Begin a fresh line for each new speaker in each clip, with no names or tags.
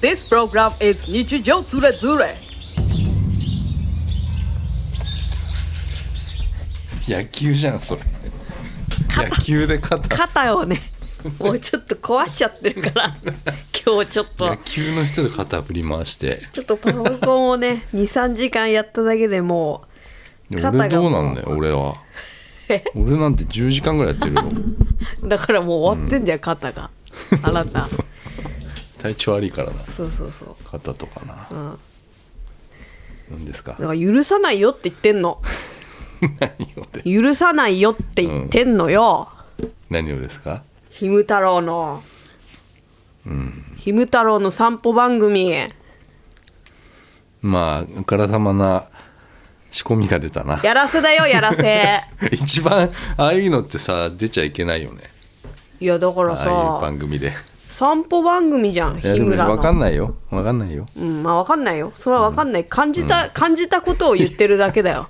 This program is 日常ズレズレ。
野球じゃんそれ野球で肩
肩をねもうちょっと壊しちゃってるから今日ちょっと
野球の人で肩振り回して
ちょっとパソコンをね23時間やっただけでも
で
肩が
俺どうなんだよ俺は
え
俺なんて10時間ぐらいやってるよ
うだからもう終わってんじゃん、肩があなた
体調悪いからな
そうそうそう
肩とかな
うん
何ですか
だから許さないよって言ってんの
何をで
許さないよって言ってんのよ、
何をですか
ひむ太郎の
うん
ひむ太郎の散歩番組や
まああからさまな仕込みが出たな
らせだよやらせ
一番ああいうのってさ出ちゃいけないよね
いやだから
ああいう
さ
番組で
散歩番組じゃん
いや
日
でもね
村
分か
の
んないよ分かんないよ
うんまあ分かんないよそれは分かんない、感じた、感じたことを言ってるだけだ よ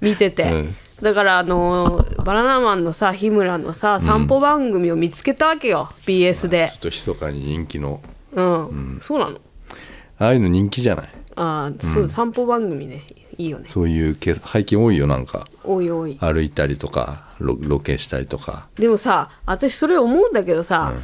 見てて、
うん
だからあのーバナナマンのさ日村のさ散歩番組を見つけたわけよ、BS で
ちょっと密かに人気の
うん、そうなの
ああいうの人気じゃない
ああそう、散歩番組ねいいよね
そういうケース背景多いよなんか
おいおい
歩いたりとかロロケしたりとか
でもさ私それ思うんだけどさ、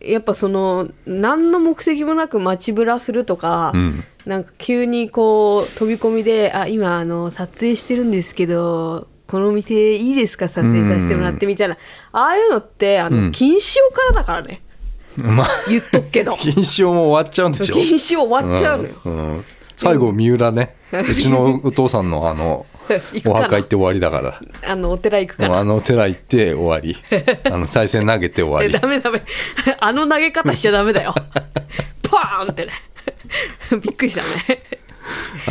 やっぱその何の目的もなく街ぶらするとか、
ん
なんか急にこう飛び込みで「あ今あの撮影してるんですけどこのお店いいですか撮影させてもらって」みたいな、ああいうのってあの、禁止用からだからね
まあ
言っとくけど禁
禁止も終わっちゃうんでしょ
止用終わっちゃうのよ、
うんうん最後三浦ねうちのお父さんの あの
行くか
お
な
墓行って終わりだから
あのお寺行くか
もう
ら。
あのお寺行って終 わりあの再生投げて終
え
わ
ダメダ メあの投げ方しちゃダメだよパーンってね びっくりしたね
り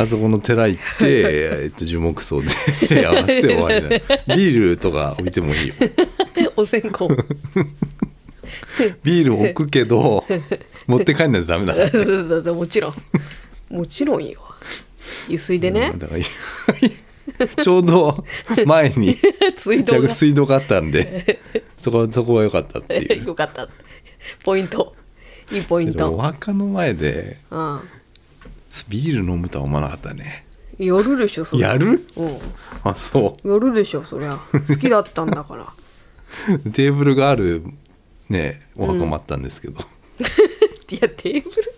あそこの寺 行って、えっと、樹木葬で合わせて終わりだビールとか置いてもいいよ
お線香
ビール置くけ ど持って帰んないとダメだから
もちろん もちろんよ油水でね
うん、だから ちょうど前に
水道
着
が
水道があったん でそこそこは良かったっていう
よかったポイントいいポイン
でもお
ト、
墓の前で
うん、
ビール飲むとは思わなかったね
夜でしょそりゃ
やる
うん
あそ
夜でしょそりゃ好きだったんだ から
うテーブルがあるねお墓もあったんですけど、
いやテーブル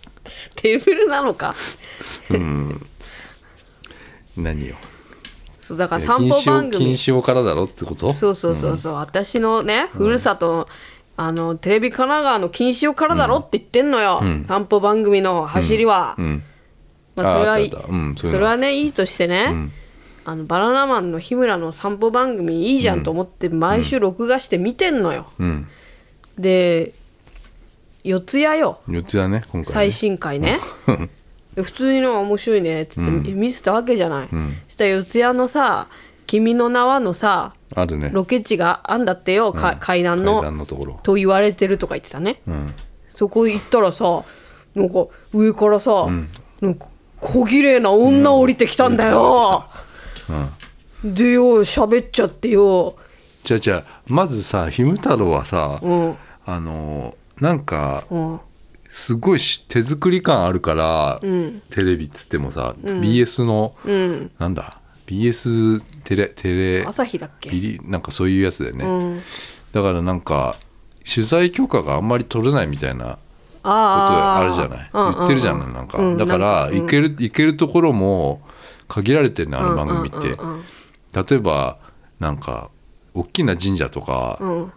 テーブルなのか
何よ
そうだから散
禁
歩
止
番
を禁
組
止をからだろってこと
そうそうそうそう、私のねふるさとの、あのテレビ神奈川の禁止用からだろって言ってんのよ、
ん
散歩番組の走りは、
うん
まあ、それはい
ああったあったうん
そ
そういうの
れはねいいとしてね、
ん
あのバナナマンの日村の散歩番組いいじゃんと思って毎週録画して見てんのよ、
うん
で四谷よ
四つだね今回ね
最新回ね、普通にのが面白いねっつって見せたわけじゃない、そしたら四谷のさ「君の名は」のさ
あるね
ロケ地があんだってよ、か階段の
階段のところ
と言われてるとか言ってたね、
うん
そこ行ったらさなんか上からさ、なんか小綺麗な女降りてきたんだよ、でよ喋っちゃってよ、
じゃあじゃあまずさひむ太郎はさ、
うん
あのなんか
うん、
すごいし手作り感あるから、テレビっつってもさ、BS の、
ん
なんだ BS テレテレ
朝日だっけ、
ビリなんかそういうやつだよね、
うん、
だからなんか取材許可があんまり取れないみたいなこと
あー
あるじゃない
うんうんうん
言ってるじゃないなんか、
うん
だから
なん
行ける行けるところも限られてるねあの番組って、
うんうんうん
例えばなんか大きな神社とか、
うんうん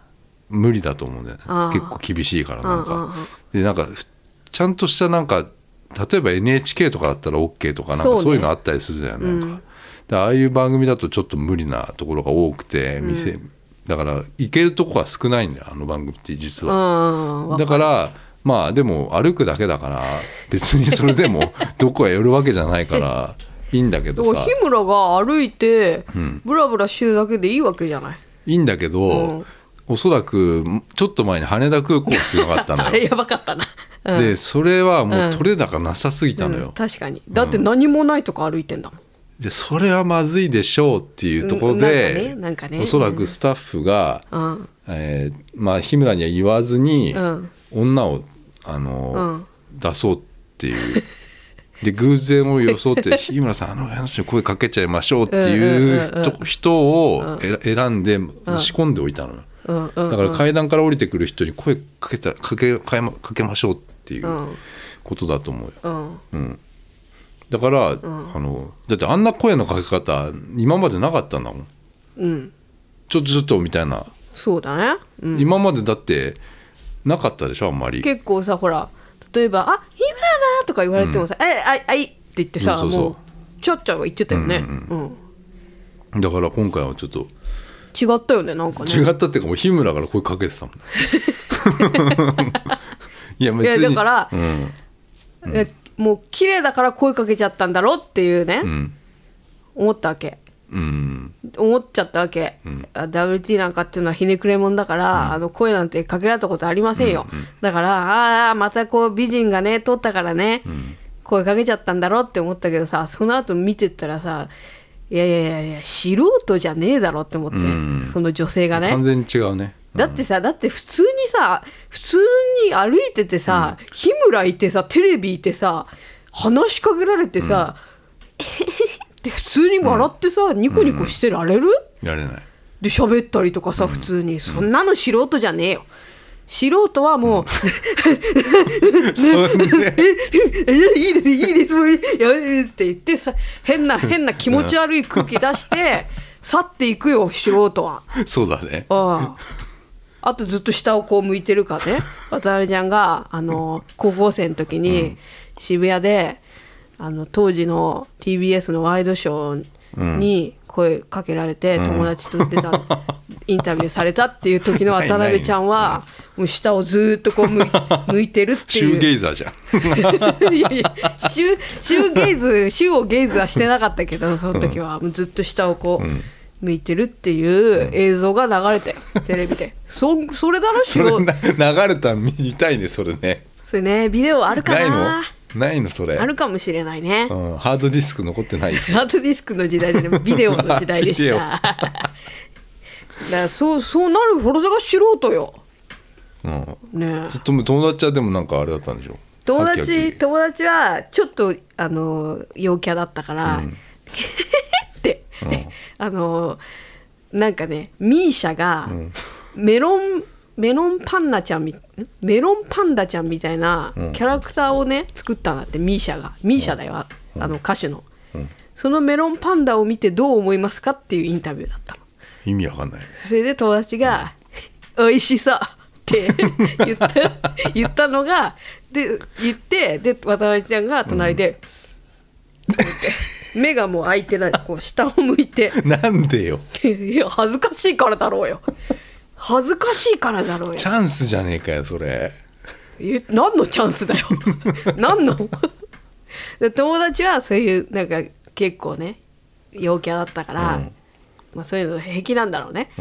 無理だと思うんだよね
ああ
結構厳しいからな
うん
ん
うん
か
うん
でなんかふちゃんとしたなんか例えば NHK とかだったら OK とかなん
そう
か
ね
そういうのあったりするじゃないなんかでああいう番組だとちょっと無理なところが多くて店だから行けるとこが少ないんだよあの番組って実は
うんうん
だからまあでも歩くだけだから別にそれで もどこへ寄るわけじゃないからいいんだけど
だか
さ
ら日村が歩いてブラブラしてるだけでいいわけじゃない、
いいんだけ
うん
どおそらくちょっと前に羽田空港っていうのがあったの
あ
よ
れやばかったな、うん
でそれはもうんう取れ高なさすぎたの
う
よ、
ん確かにだって何もないとこ歩いてんだもん
でそれはまずいでしょうっていうところで、
うんなんかねなんかね
おそらくスタッフが、
うん
えーまあ、日村には言わずに、
うん
女をあの、
うん
出そうっていう。で偶然を 装って日村さんあの話に声かけちゃいましょうって
うんうん
い
うんう
うんと人をえら選んで仕込んでおいたの、
うんうん
だから階段から降りてくる人に声かけたかけかえまかけましょうっていう
うん
ことだと思うよ、
うん
うん、だから、あのだってあんな声のかけ方今までなかったんだもん
うん
ちょっとちょっとみたいな、
そうだね、うん、
今までだってなかったでしょあんまり
結構さほら例えば「あ日村だ!」とか言われてもさ「えあいあい」って言ってさ
そうそうそう
もうちゃっちゃが言ってたよね、うん
だから今回はちょっと
違ったよねなんかね
違ったっていうかもう日村から声かけてたもん、 ね、いや別に
いやだから
うん
えもう綺麗だから声かけちゃったんだろっていうね、
うん
思ったわけ
うん
思っちゃったわけ、あ WT なんかっていうのはひねくれもんだから、あの声なんてかけられたことありませんよ、だからああまたこう美人がね通ったからね、声かけちゃったんだろうって思ったけどさその後見てったらさいやいやいやいや素人じゃねえだろって思って、
ん
その女性がね
完全に違うね
だってさ、だって普通にさ普通に歩いててさ、日村いてさテレビいてさ話しかけられてさ、って普通に笑ってさ、ニコニコしてられる、
やれない
で喋ったりとかさ普通に、そんなの素人じゃねえよ素人はもう、
そんで
えいいですいいですもういいやめてって言ってさ変な変な気持ち悪い空気出して去っていくよ素人は。
そうだね
あ ああとずっと下をこう向いてるかね渡辺ちゃんがあの高校生の時に渋谷であの当時の TBS のワイドショーに声かけられて、友達と出 た、インタビューされたっていう時の渡辺ちゃんはもう下をずーっとこう向い向いてるって
シ
い
ュ
う
ーゲイザーじゃん
いやいやシュシューゲイズシューをゲイズはしてなかったけどその時はもうずっと下をこう向いてるっていう映像が流れてテレビでそそれだろ
そ
素
れ
人
な流れたら見たいねそれね
それねビデオあるか
ない
な
のないのそれ
あるかもしれないね
うん、ハードディスク残って ない
ハードディスクの時代じゃないビデオの時代でし
ビデオ
ただからそうそうなるほどが素人よ
うん
ねえ
ずっともう友達はでもなんかあれだったんでしょ
友
ハキハ
達
キ
友達はちょっとあの陽キャだったから、 って、あのなんかねミーシャがメロン、メロンパンナちゃんみんメロンパンダちゃんみたいなキャラクターをね作ったんだってミーシャがミーシャだよ、あの歌手の、そのメロンパンダを見てどう思いますかっていうインタビューだったの。
意味わかん ない
それで友達が「美味しそう」って言 った言ったのがで言ってで渡辺ちゃんが隣で、こうやって目がもう開いてないこう下を向いて
なんでよ
「いや恥ずかしいからだろうよ恥ずかしいからだろうよ
チャンスじゃねえかよそれ
え何のチャンスだ よ何ので友達はそういうなんか結構ね陽キャだったから、まあ、そういうの平気なんだろうね、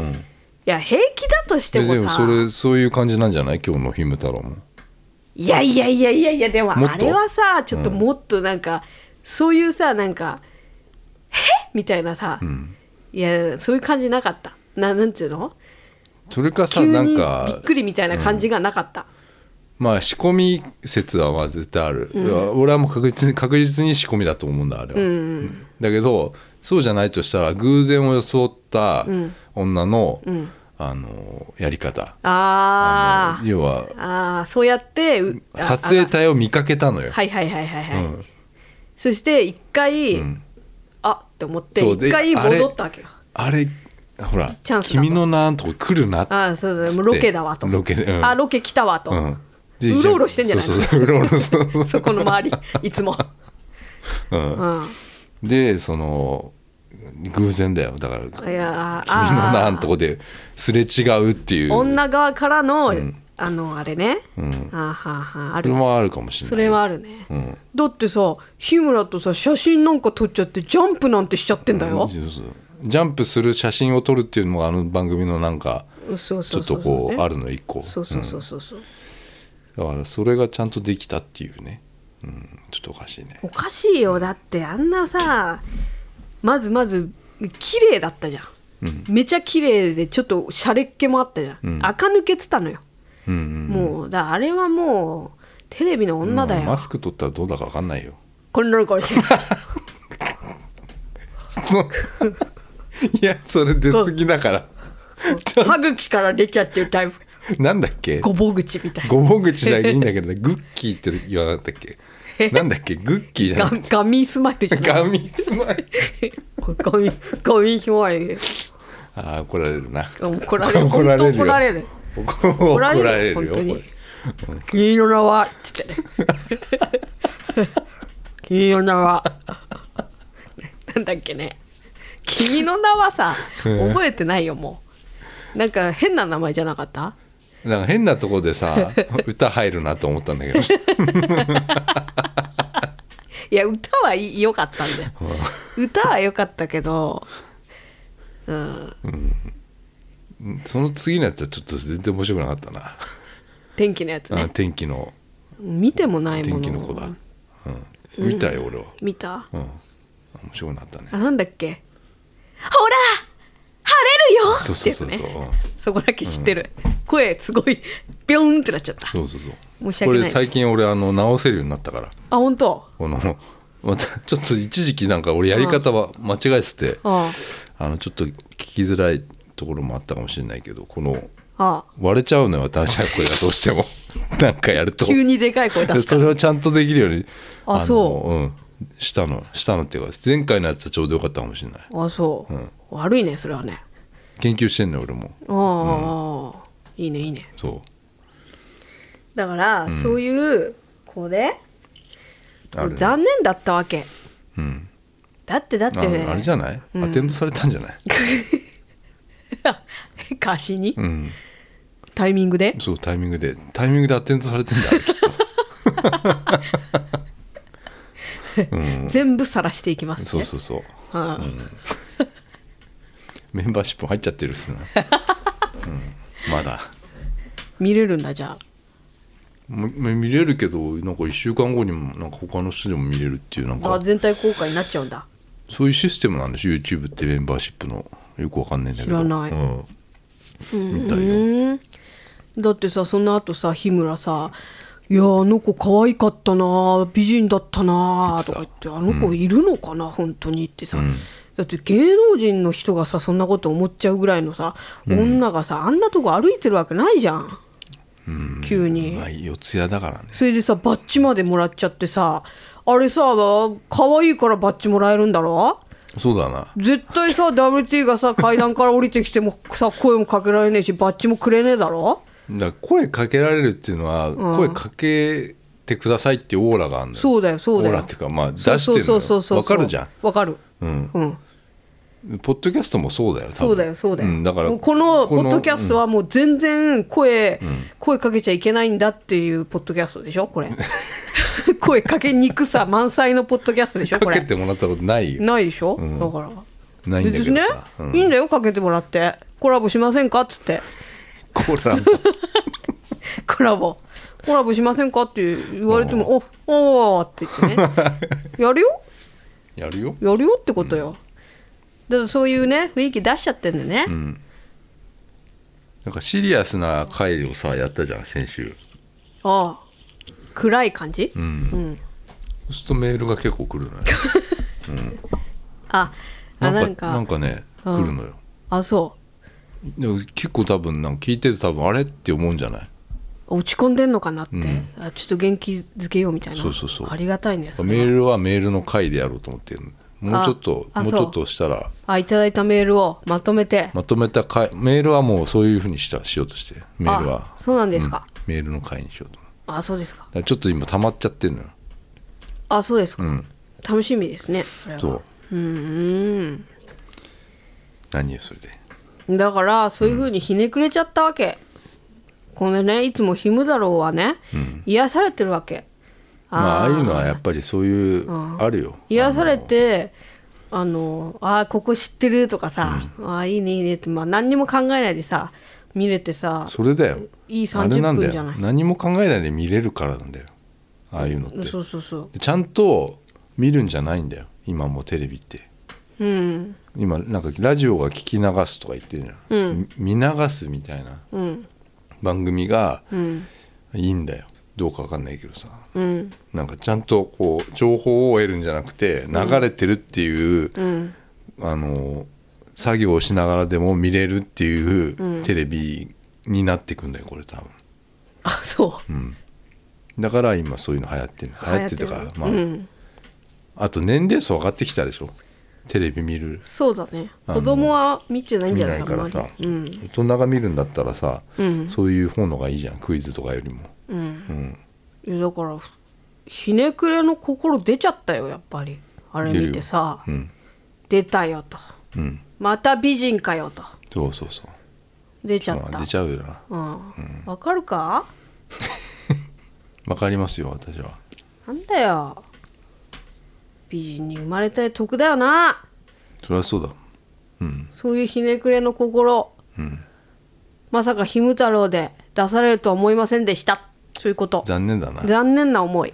いや平気だとして
で
もさ
でもそれそういう感じなんじゃない今日のひむ太郎も
いやいやいやいやいやでも
もっ
あ
と
れはさちょっともっとなんか、そういうさなんか「えみたいなさ、いやそういう感じなかったななんていうの
それかさ
急
な
に
ん
び
か
っくりみたいな感じがなかった、
まあ仕込み説はまあ絶対ある、いや俺はもう確実に確実に仕込みだと思うんだあれは、だけどそうじゃないとしたら偶然を装った女の、あのやり方
あ
あ
ー
の要は
あーそうやってうあ
撮影
あ
隊を見かけたのよ、
はいはいはいはいはい、
うん
そして一回、
ん
あって思って
そうで
一回
あれ
戻ったわけよ
あれほら
チャンスだと
君の名のとこ来るなって
ああそうだもうロケだわと
ロケうん
あロケ来たわと、
うんで
うろうろしてんじゃない
そうそうそううろうろ そうそう
そこの周りいつも、
うん
うん
でその偶然だよだから
いやー
君の
あー
なんとこですれ違うっていう
女側からの、あのあれね、
ん
あはははあ
それ
る
もあるかもしれない
それはあるね、
ん
だってさ日村とさ写真なんか撮っちゃってジャンプなんてしちゃってんだよ、
そうそうジャンプする写真を撮るっていうのもあの番組のなんか
そう
ち
そ
ょ
うそ
っと
う
こうあ
る
るの一個
そうそうそうそうそう、
だからそれがちゃんとできたっていうね、うん、ちょっとおかしいね
おかしいよだってあんなさまずまず綺麗だったじゃん、めちゃ綺麗でちょっとシャレっ気もあったじゃん、垢抜けてたのよ、
うん
もうだあれはもうテテレビの女だ
うん
よ
マ。スク取ったらどうだか分かんないよ
こんなのこれ。
いやそれ出過ぎだからちょ
歯茎から出ちゃってるタイプ。
なんだっけ
ごぼ口みたいな。
ごぼ口だけいいんだけどねグッキーって言わなかったっけなんだっけグッキーじゃな
ガ
くて
ガミスマイルじゃない。
ガミスマイル
ガミガミスマイル。
ああ怒られるな
怒られる。
怒ら
本当
れるよ
怒られる。
怒ら
怒ら
れ
れ
る
る本当
よこ
に
れ。
君の名はって言って。君の名は。なんだっけね。君の名はさ、覚えてないよもう。なんか変な名前じゃなかった？
なんか変なとこでさ歌入るなと思ったんだけど
いや歌はいい良かったんだよ。歌は良かったけど、うん、
その次のやつはちょっと全然面白くなかったな
天気のやつ
あ
ね。
天気の
見てもないも
天
の。
気の子だ、うん、見たよ俺は、
見た？
うん、面白くなったね
あなんだっけ？ほら晴れるよ
そう
っ
そ
て
う
やつ
そう
ね
そう、。うん
そこだけ知ってる。声すごいビョーンってなっちゃった。
そうそうそう
申し訳ない
これ最近俺あの直せるようになったから
あ本当。
このまたちょっと一時期なんか俺やり方は間違えてて、
あ
あのちょっと聞きづらいところもあったかもしれないけどこの
ああ
割れちゃうのよ私の声がどうして もなんかやると
急にでかい声出す
そ
から。
れをちゃんとできるように
あ
の、
そう
ん、したのしたのっていうか前回のやつはちょうどよかったかもしれない
あそう、
うん
悪いねそれはね。
研究してんの俺も
ああ、いいねいいね。
そ
だから、そういうこれ
うあれね
残念だったわけ。
うん
だってだって
ああれじ ゃない、
うん
アテンドされたんじ ゃない、
歌詞に、
うん、
タイミングで
そうタイミングでタイミングでアテンドさ れてんだあれきっと
全部晒していきますね。
そうそうそう
はあ
メンバーシップ入っちゃってるっすね、 うん、まだ
見れるんだじゃあ。
もも見れるけどなんか1週間後にもなんか他の人でも見れるっていうなん
あ
か
全体公開になっちゃうんだ。
そういうシステムなんですよ YouTube ってメンバーシップのよくわかんないんだけど
知らない
うんみたいよ
うんだってさその後さ日村さ「いやあの子可愛かったな美人だったな」とか言って「あの子いるのかな、本当に」ってさ、だって芸能人の人がさそんなこと思っちゃうぐらいのさ女がさあんなとこ歩いてるわけないじゃん、急に、
まあ四ツ谷だからね
それでさバッジまでもらっちゃってさあれさ可愛いからバッジもらえるんだろ
そうだな
絶対さ WT が さ階段から降りてきてもさ声もかけられねえしバッジもくれねえだろ
だから声かけられるっていうのは、声かけてくださいっていうオーラがあるんだよ
そうだよそうだよ
オーラっていうかまあ出
そう
してる
そうそう
の
そう
よわかるじゃ
わかる
ん、うん、
うん
ポッドキャストもそうだよ多分
そうだよそうだよ、
んだから
もうこのポッドキャストはもう全然声、声かけちゃいけないんだっていうポッドキャストでしょこれ 声かけにく さ満載のポッドキャストでしょこ
かけ
れ
てもらったことないよ
ないでしょ、
ん
だから
ないんだけど
別にね、
さうん
いいんだよかけてもらってコラボしませんかっつって
コーラも
コラボコラボしませんかって言われても「おおー」って言って ねやるよ
やるよ
やるよってことよ、だからそういうね雰囲気出しちゃってんだよね、
うんなんかシリアスな回をさやったじゃん先週
ああ暗い感じ、
うん
うん
そうするとメールが結構来るの よ
ああ
な
なんん
か
か
なんかね
うん
来るのよ
あそ
でも結構多分なんか聞いてて多分あれって思うんじゃないう
落ち込んでんのかなって、
ん
あちょっと元気づけようみたいな
そうそうそう
ありがたいねそれ
メ
は
ールはメールの回でやろうと思ってるもうちょっと
あ
も
あ
うち
そう
ょっとしたら
あいただいたメールをまとめて、
まとめた回メールはもうそういうふうにしたしようとしてメールは
あそうなんですか、
メールの回にしようと思う
あそうですか
だからちょっと今溜まっちゃってるのよ
あそうですか、
うん
楽しみですねそれは
そう
うーん
何よそれで
だからそういうふうにひねくれちゃったわけ、このねいつもヒム太郎はね、癒されてるわけ
まあああ
ー
いうのはやっぱりそういう
うん
あるよ
癒されてあのあーここ知ってるとかさ、ああーいいねいいねって、まあ、何にも考えないでさ見れてさ
それだよ
いい
あれな
30
んだ
分じゃ
よ
ない
何も考えないで見れるからなんだよああいうのって
そうそうそ
でちゃんと見るんじゃないんだよ今もうテレビって
ううん
今なんかラジオが聞き流すとか言ってるじゃん、
うん
み見流すみたいな
うん
番組が
うん
いいんだよどうかわかんないけどさ
うん
なんかちゃんとこう情報を得るんじゃなくて流れてるっていう、
うん
あの作業をしながらでも見れるっていうテレビになっていくんだよこれ多分
あそう、
だから今そういうの流行ってる流行ってたから
流行
まあ、
うん、
あと年齢層上がってきたでしょテレビ見る
そうだね
あ
子
の
供は見てないん
見
じゃな
ないい
か
からさ、
うん
大人が見るんだったらさ、
うん
そういう方のがいいじゃんクイズとかよりも
うん、いやだからひねくれの心出ちゃったよやっぱりあれ
出るよ
見てさ、
うん
出たよと
うん
また美人かよと
そうそうそう
出ちゃっ
ま
た、
あ出ちゃうよな
うん、わかるか
わかりますよ私は
なんだよ美人に生まれて得だよな
そりゃそうだうん
そういうひねくれの心
うん
まさかひむ太郎で出されるとは思いませんでしたそういうこと
残念だなだか
残念な思い、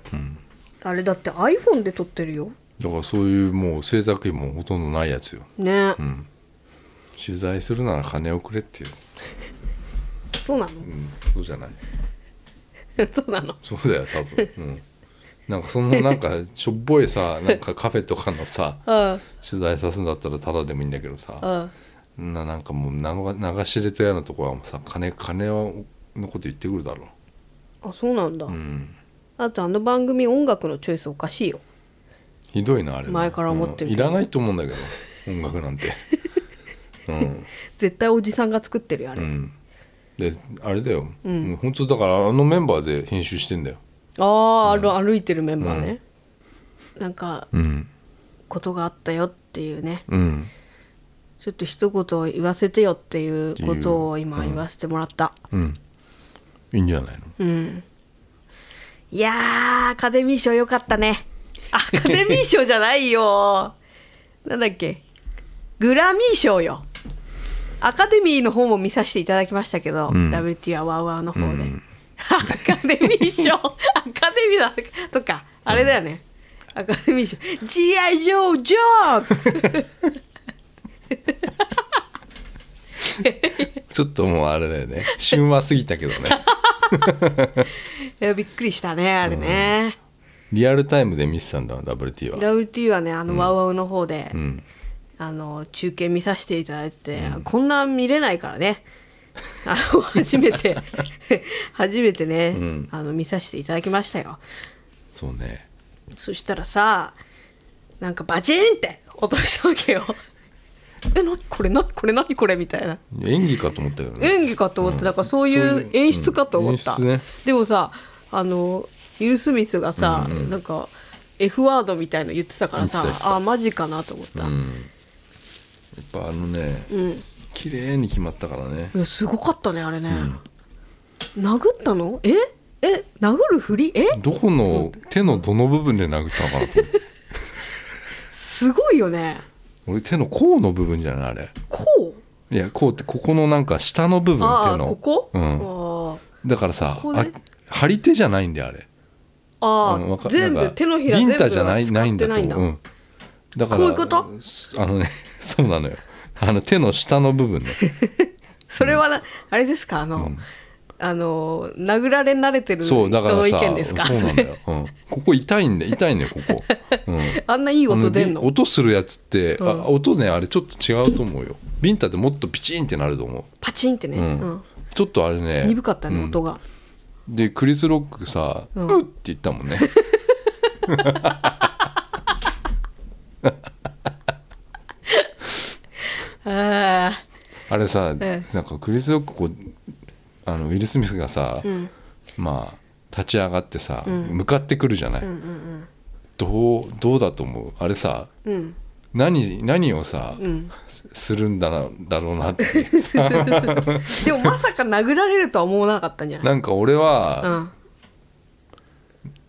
あれだって iPhone で撮ってるよ
らそういうもう制作費もほとんどないやつよ
ね、
取材するなら金をくれっていう、
そうなの
うん、そうじゃない
そうなの
そうだよ多分、うん、なんかそのなんかしょっぼ いさなんかカフェとかのさ
うん
取材さすんだったらただでもいいんだけど
う
さ
ん
ななんかもう流流し入れたようなとこはもうさ金金をのこと言ってくるだろ
あそうなんだ、
う、うん、
あとあの番組音楽のチョイスおかしいよ
ひどいなあれね
前から思ってる
うんいらないと思うんだけど音楽なんてうん
絶対おじさんが作ってるよあれ、
うんであれだよ、もう本当だからあのメンバーで編集してんだよ
ああ、ある歩いてるメンバーね、なんか
うん
ことがあったよっていうね
うん
ちょっと一言言わせてよっていうことを今言わせてもらった、
うんいいんじゃないの
いやーアカデミー賞よかったね アカデミー賞じゃないよなんだっけグラミー賞よアカデミーの方も見させていただきましたけど、
ん
WT はワウワウの方で、アカデミー賞アカデミーだとかあれだよね、アカデミー賞 GI ジョージョーク
ちょっともうあれ だよね旬は過ぎたけどね
いやびっくりしたねあれね、
リアルタイムで見てたんだ WT は
WT はねあのワウワウの方で、
うん
あの中継見させていただいてて、こんな見れないから ねあの初めて 初めてね、
ん
あの見させていただきましたよ
そうね
そしたらさなんかバチーンって落としたわけ よえ何これ何これ何これみたいな
演技かと思ったけどね
演技かと思って、だからそういう演出かと思った、
そういううん演出ね
でもさあのウィル・スミスがさ、なんか F ワードみたいの言ってたからさ
言ってた言ってた
あマジかなと思った、
やっぱあのね、
ん
綺麗に決まったからね
いやすごかったねあれね、殴ったのええ殴るふりえ
どこの手のどの部分で殴ったのかな と思って
すごいよね
俺手の甲の部分じゃないあれ
こう
いや甲ってここのなんか下の部分
あ
手
あ
の
ここ、
うん、だからさ
ここ
あ
ね
張り手じゃないんだよあれ
あーあ
あのわか
ー全
なん
部
か
手のひら
リ
全部
ンタじゃない
使って
ないんだと思う、うん、だから
こういうこと
あのね そうなのよあの手の下の部分ね
それはなあれですかあの、あの殴られ慣れてる人
そうだから
の
さ
意見ですか
そうなんだよ、うん、ここ痛いんだよ痛いんだよこ こ、うん、
あんないい音出んの
あび音するやつって、
ん
あ音ねあれちょっと違うと思うよビンタってもっとピチンってなると思
パチンってね、
う、うん
うん
ちょっとあれね
鈍かったね、音が
でクリス・ロックさ「うっ!」って言ったも んね
ああ
あれさ、
え
なんかクリス・ロックこうあのウィル・スミスがさ、まあ立ち上がってさ、向かってくるじゃない、どうどうだと思うあれさ
うん
何何をさ、
ん
するんだなだろうなって
でもまさか殴られるとは思わなかったんじゃない
なんか俺
う
は、
ん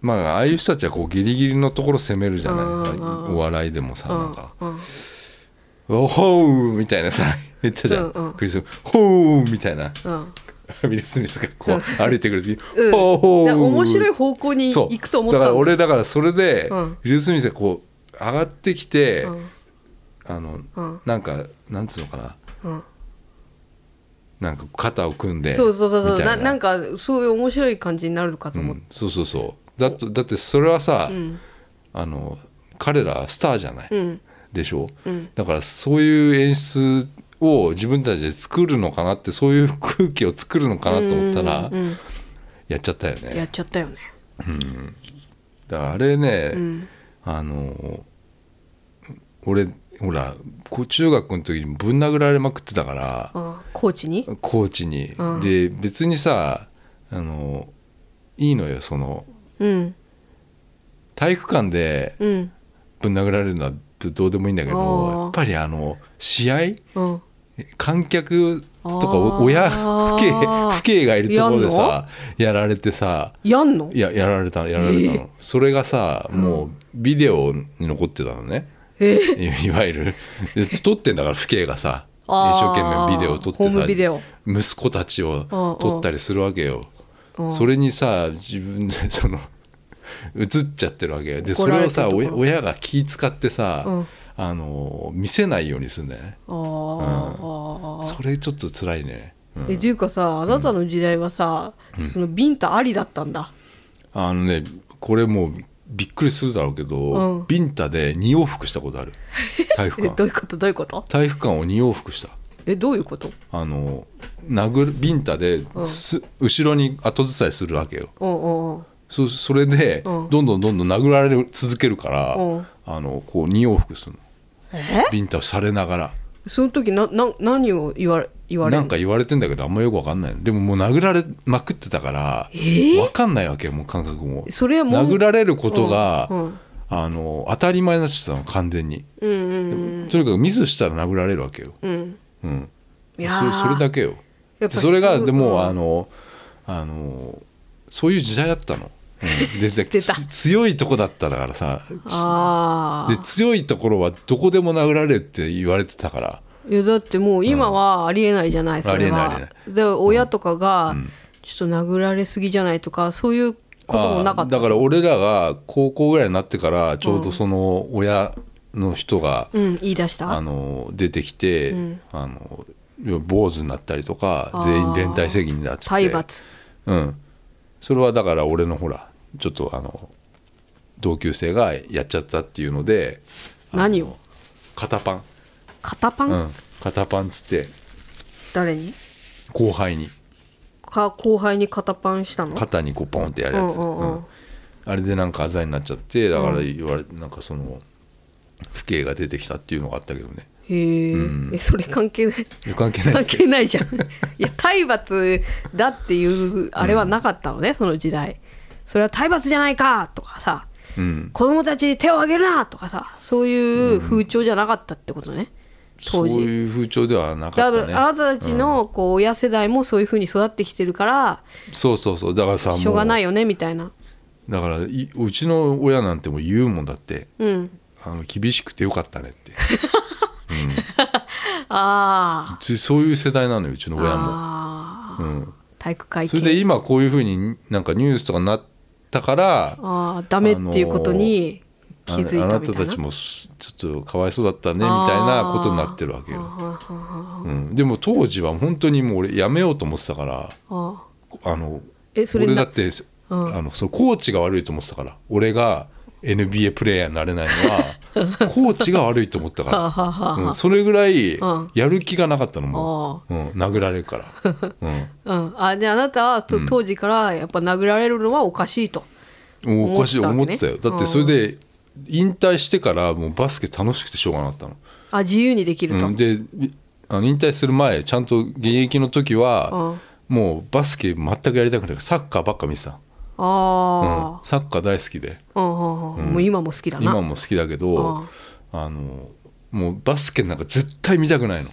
まあああいう人たちはこうギリギリのところ攻めるじゃない、
うんうんうん
お笑いでもさ、なんか
うんうん
「おほう!」みたいなさ 言ったじゃん、
うんうん
クリス「ほう!」みたいな
うん
ウィル・スミスがこう歩いてくる時
うん、
ほうほう!」
だから面白い方向に
そう
行くと思ったん
だ
だ
から俺だからそれで、
うん
ウィル・スミスがこう上がってきて、
うん
あの、
うん
なんかなんつうのかな
うん
なんか肩を組んで
そうそうそうそう
みた
ない
な
なんかそういう面白い感じになるかと
う
思って、
ん、そうそうそうだとだってそれはさ、あの彼らスターじゃない、
ん
でしょ、だからそういう演出を自分たちで作るのかなってそういう空気を作るのかなと思ったら、
うんうん
やっちゃったよね
やっちゃったよね
だからあれね、
ん
あの俺ほらこう中学の時にぶん殴られまくってたから
あコーチに
コーチに、
うん
で別にさあのいいのよその
うん
体育館で
うん
ぶん殴られるのはどどうでもいいんだけ
あ
ど
ー
やっぱりあの試合
うん
観客とか
あー
お親父兄父兄がいるところでさやられてさ
やんの
いややられたのやられたの、それがさもうビデオに残ってたのね、い いわゆるで撮ってんだから父兄がさ一
あー
生懸命ビデオ撮って
ホーム
さ
ビデオ
息子たちを撮ったりするわけよ
うんうん
それにさ自分で その映っちゃってるわけよで
怒
そ
られ
れを
てる
さ
ところ
親親が気使ってさ、
うん
あの見せないようにするんだよね
あーあー
それちょっと辛いね、うん
えというかさあなたの時代はさ、そのビンタありだったんだ
あのねこれもうびっくりするだろうけど、
うん
ビンタで2往復したことある体 育
えど
館
ういうことどういうこと
体育館を2往復した
えどういうこと
あの殴るビンタです、後ろに後ずさりするわけよ
うんうんうん
そそれで、
うん
どんどんどんどん殴られる続けるから、
うん
あのこう2往復するの
え
ビンタをされながら
その時なな何を言われ言われ
な
る
んか言われてんだけどあんまよくわかんないのでももう殴られまくってたから、わかんないわけよもう感覚も
それはもう
殴られることが、
うんうん
あの当たり前になっちゃったの完全に、
うんうん
とにかくミスしたら殴られるわけよ、
うん
うん、
いや
そ
ー
それだけよ
やっぱ
それが
そう
でも、
うん
あのあのそういう時代だったの、うん、でで
出た
つ強いとこだっただからさ
ああ
で強いところはどこでも殴られるって言われてたから
いやだってもう今はありえないじゃない、それは
ありえないあ
で親とかがちょっと殴られすぎじゃないとかそういうこともなか
あ
っ
ー
た
だから俺らが高校ぐらいになってからちょうどその親の人が、
うん言い出した
あの出てきて、あの坊主になったりとか全員連帯責任だっつって
体罰
うんそれはだから俺のほらちょっとあの同級生がやっちゃったっていうので
何を
肩パン、
肩パン、
うん、肩パンっつって
誰に
後輩に
か後輩に肩パンしたの
肩にこうポンってやるやつ、
うんうんうん
うんあれでなんかあざになっちゃってだから言われ、なんかその父兄が出てきたっていうのがあったけどね
へーえそれ関係ない
関係な
関
い
係ないじゃんいや体罰だっていうあれはなかったのね、その時代それは体罰じゃないかとかさ
うん
子供たちに手を挙げるなとかさそういう風潮じゃなかったってことね、
そう
当時
いう風潮ではな
多
かった
分
ね
あなたたちのこう親世代もそういうふうに育ってきてるから
そうそうそうだからさもう
しょうがないよねみたいな
だからいうちの親なんてもう言うもんだって
うん
あの厳しくてよかったねって
あー
つそういう世代なのようちの親も、
あー
うん、
体育会
そ
系
れで今こういうふうになんかニュースとかになったからあ
ああダメっていうことに気づいたみたいな、
あなたたちもすちょっとかわいそうだったねみたいなことになってるわけよ、
あーあ
うん、でも当時は本当にもう俺やめようと思ってたから
ーあ
あの
えそれ
俺
な
だって、
うん
あのそのコーチが悪いと思ってたから俺が NBA プレーヤーになれないの はコーチが悪いと思った
ーはあ
か
はあはあ
ら、うん、それぐらい
うん
やる気がなかったのもう、うん、殴られるから、
うん、あであなたはと当時からやっぱ殴られるのはおかしいと、
うん、もうおかしい思
思
っ
って
て
た
た
わけね
よだってそれで引退してからもうバスケ楽しくてしょうがなかったの。
あ自由にできると、
うん、であの引退する前ちゃんと現役の時は、もうバスケ全くやりたくないサッカーばっか見てた、うん
ああ、
サッカー大好きで
うんうんうんもう今も好きだな
今も好きだけどあのもうバスケなんか絶対見たくないの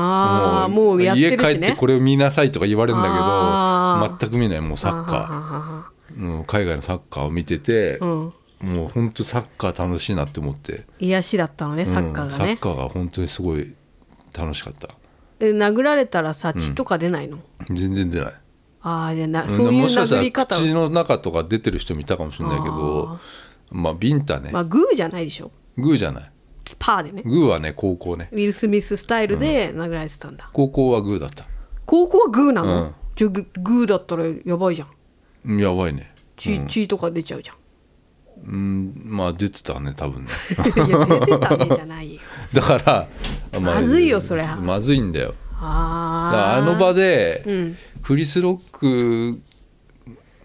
ああもうやってるしね
家帰ってこれを見なさいとか言われるんだ
あー
けど全く見ないもうサッカ
カ
ー、うん、海外のサッカーを見てて、
うん
もう本当サッカー楽しいなって思って
癒しだったのねサッカ
うん
ー
サ
がね
ッ、カーが本当にすごい楽しかった
え殴られたらさ血とか出ないの、
全然出ない
ああでな
うん
そういう
もしかした
殴
ら
り方は
口の中とか出てる人もいたかもしれないけどまあビンタね、
まあグーじゃないでしょ
グーじゃない
パーでね
グーはね高校ね
ウィル・スミススタイルで殴られてたんだ、
高校はグーだった
高校はグーなの、
うん
じゃググーだったらやばいじゃん
うんやばいね
血,、血とか出ちゃうじゃん
うんまあ出てたね多分ね
いや出てたねじゃないよ
だからあ
まずいよそりゃ
まずいんだよだから
あ
あ
ー
の場で、
うん
クリス・ロック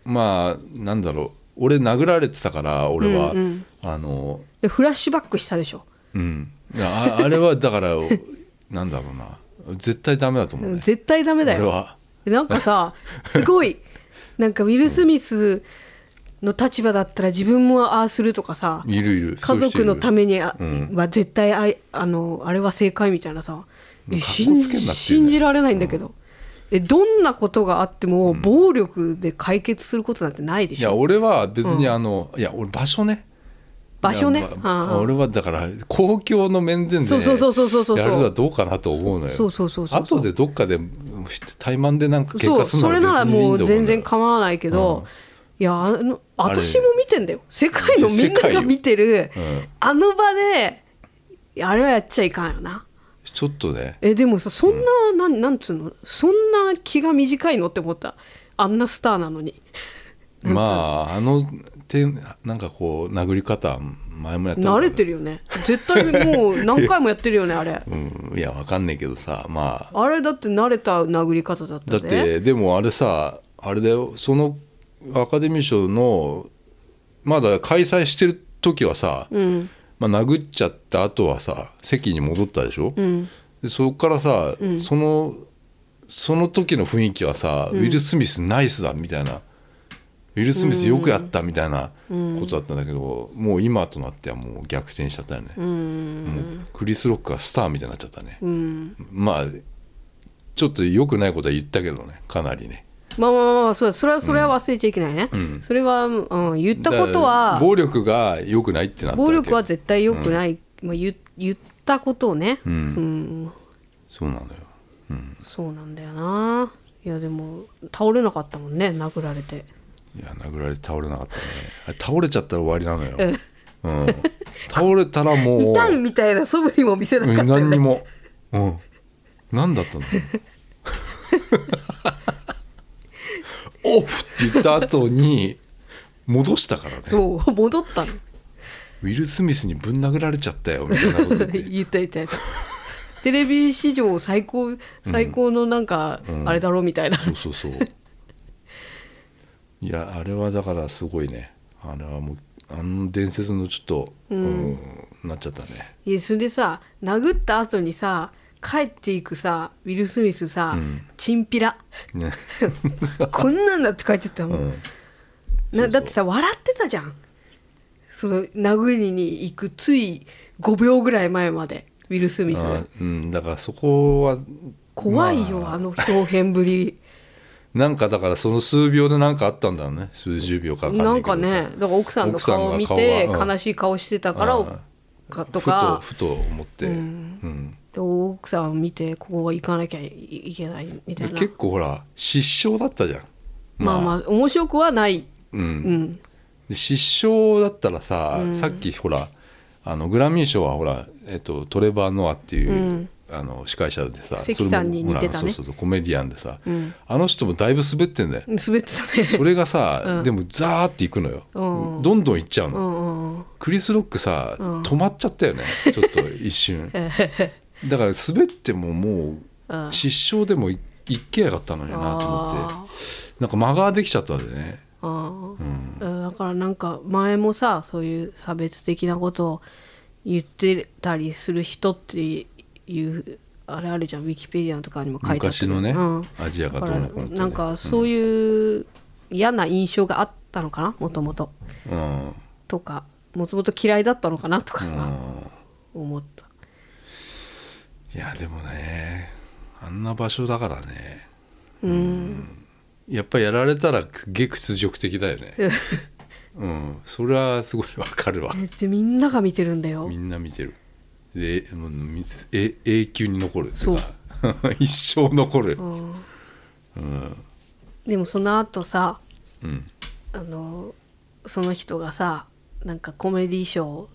まあなんだろう俺殴られてたから俺は、
うんうん
あの
でフラッシュバックしたでしょ、
うんああれはだからなんだろうな絶対ダメだと思うね
絶対ダメだ
俺
よ
は
なんか さすごいなんかウィル・スミスの立場だったら自分もああするとかさ
いるいる
家族のた
め
めにあ、
うん
は絶対あいあのあれは正解みたいなさえ
かっこつけ
信
んな
じ
っていうね
信じられないんだけど、えどんなことがあっても暴力で解決することなんてないで
い
し
や
ょ
俺は別にあの、いや俺場所ね
場所ね
いやま
ああ
俺はだから公共の面前で
そうそうそうそうそうそう
やるのはどうかなと思うのよ
そうそうそうそう
後でどっかで怠慢でなんか喧
そ
嘩
う
するの
そ
は
れなら
別にいいん
もう
だ思んだよ
全然構わないけど、
うん
いやあの
あれ
私も見てんだよ世界のみんなが見てる
世界ようん
あの場であれはやっちゃいかんよな
ちょっとね
えでもさそんな、なんなんつうのそんな気が短いのって思ったあんなスターなのに
まああの手なんかこう殴り方前もやったことあ
慣れてるよね絶対もう何回もやってるよねあれ
うんいやわかんないけどさまあ
あれだって慣れた殴り方だった
だ
ぜ
ってでもあれさあれだよそのアカデミー賞のまだ開催してる時はさ、
うん
まあ、殴っちゃった後はさ席に戻ったでしょ、
うん
でそこからさ、そのその時の雰囲気はさ、ウィル・スミスナイスだみたいなウィル・スミスよくやったみたいなことだったんだけど、もう今となってはもう逆転しちゃったよね、
うん
もうクリス・ロックがスターみたいになっちゃったね、
うん
まあちょっと良くないことは言ったけどねかなりね
まあまあまあまあそうだそれはそれは忘れちゃいけないね、それは、うん、言ったこと
だから
は
暴力が良くないってなったわ
暴
け
力は絶対良くない、まあ、言言ったことをね、うん
そうなのよ
そうなんだよないやでも倒れなかったもんね殴られて
いや殴られて倒れなかったねあれ倒れちゃったら終わりなのよ、うん、倒れたらもう
痛いみたいな素振りも見せなかった
う
よね、
ん何にも、うん、何だったのオフって言った後に戻したからね
そう戻ったの
ウィル・スミスにぶん殴られちゃったよみたいなこと言っ て
言った言った言ったテレビ史上最高最高のなんかあれだろみたいな、
そうそうそういやあれはだからすごいねあれはもうあの伝説のちょっと、うんなっちゃったね
いやそれでさ殴った後にさ帰っていくさウィル・スミスさ、チンピラ
ね
こんなんだって書いてたもん、
うんそうそ
な
う
だってさ笑ってたじゃんその殴りに行くつい5秒ぐらい前までウィル・スミス
あうん、だからそこは
怖いよ、
まあ
あ、の表現ぶり
なんかだからその数秒で何かあったんだろうね数十秒 かわかん
な
ない
ん
けど
かねだから奥さんの
奥さん
顔
が
を見
顔
て
はうん
悲しい顔してたから
うん
かと
ふと
か
ふと思って、うん
で奥さんを見てここは行かなきゃいいけないみたいな
結構ほら失笑だったじゃん
まあまあ面白くはない
うん
うん
で失笑だったらさ、さっきほらあのグラミー賞はほら、えっと、トレバー・ノアっていう、あの司会者でさ
関
それも
さんに似てたね
ほらそうそうそうコメディアンでさ、あの人もだいぶ滑ってんだよ
滑ってたね
それがさ、でもザーっていくのよ、
う
どんどんいっちゃうの、
うんうん
クリス・ロックさ、止まっちゃったよねちょっと 一瞬だから滑ってもも
うん
う失笑でもいいっけやがったのになと思ってなんか間ができちゃったんでね
ああ、だからなんか前もさそういう差別的なことを言ってたりする人っていうあれあるじゃんウィキペディアとかにも書いてあったけ
昔
ど
のね、
うん、
アジア
だ
が
か
どうのこ
ら
うのってね
なんかそういう嫌な印象があったのかなもともと
うん
とかもともと嫌いだったのかなとかさ、思った
いやでもねあんな場所だからねうんやっぱやられたらげ屈辱的だよねうんそれはすごいわかるわ
えでみんなが見てるんだよ
みんな見てるでもうみえ永久に残るって
そう
か 一生残る
でもその後さ
うん
あのその人がさなんかコメディーショ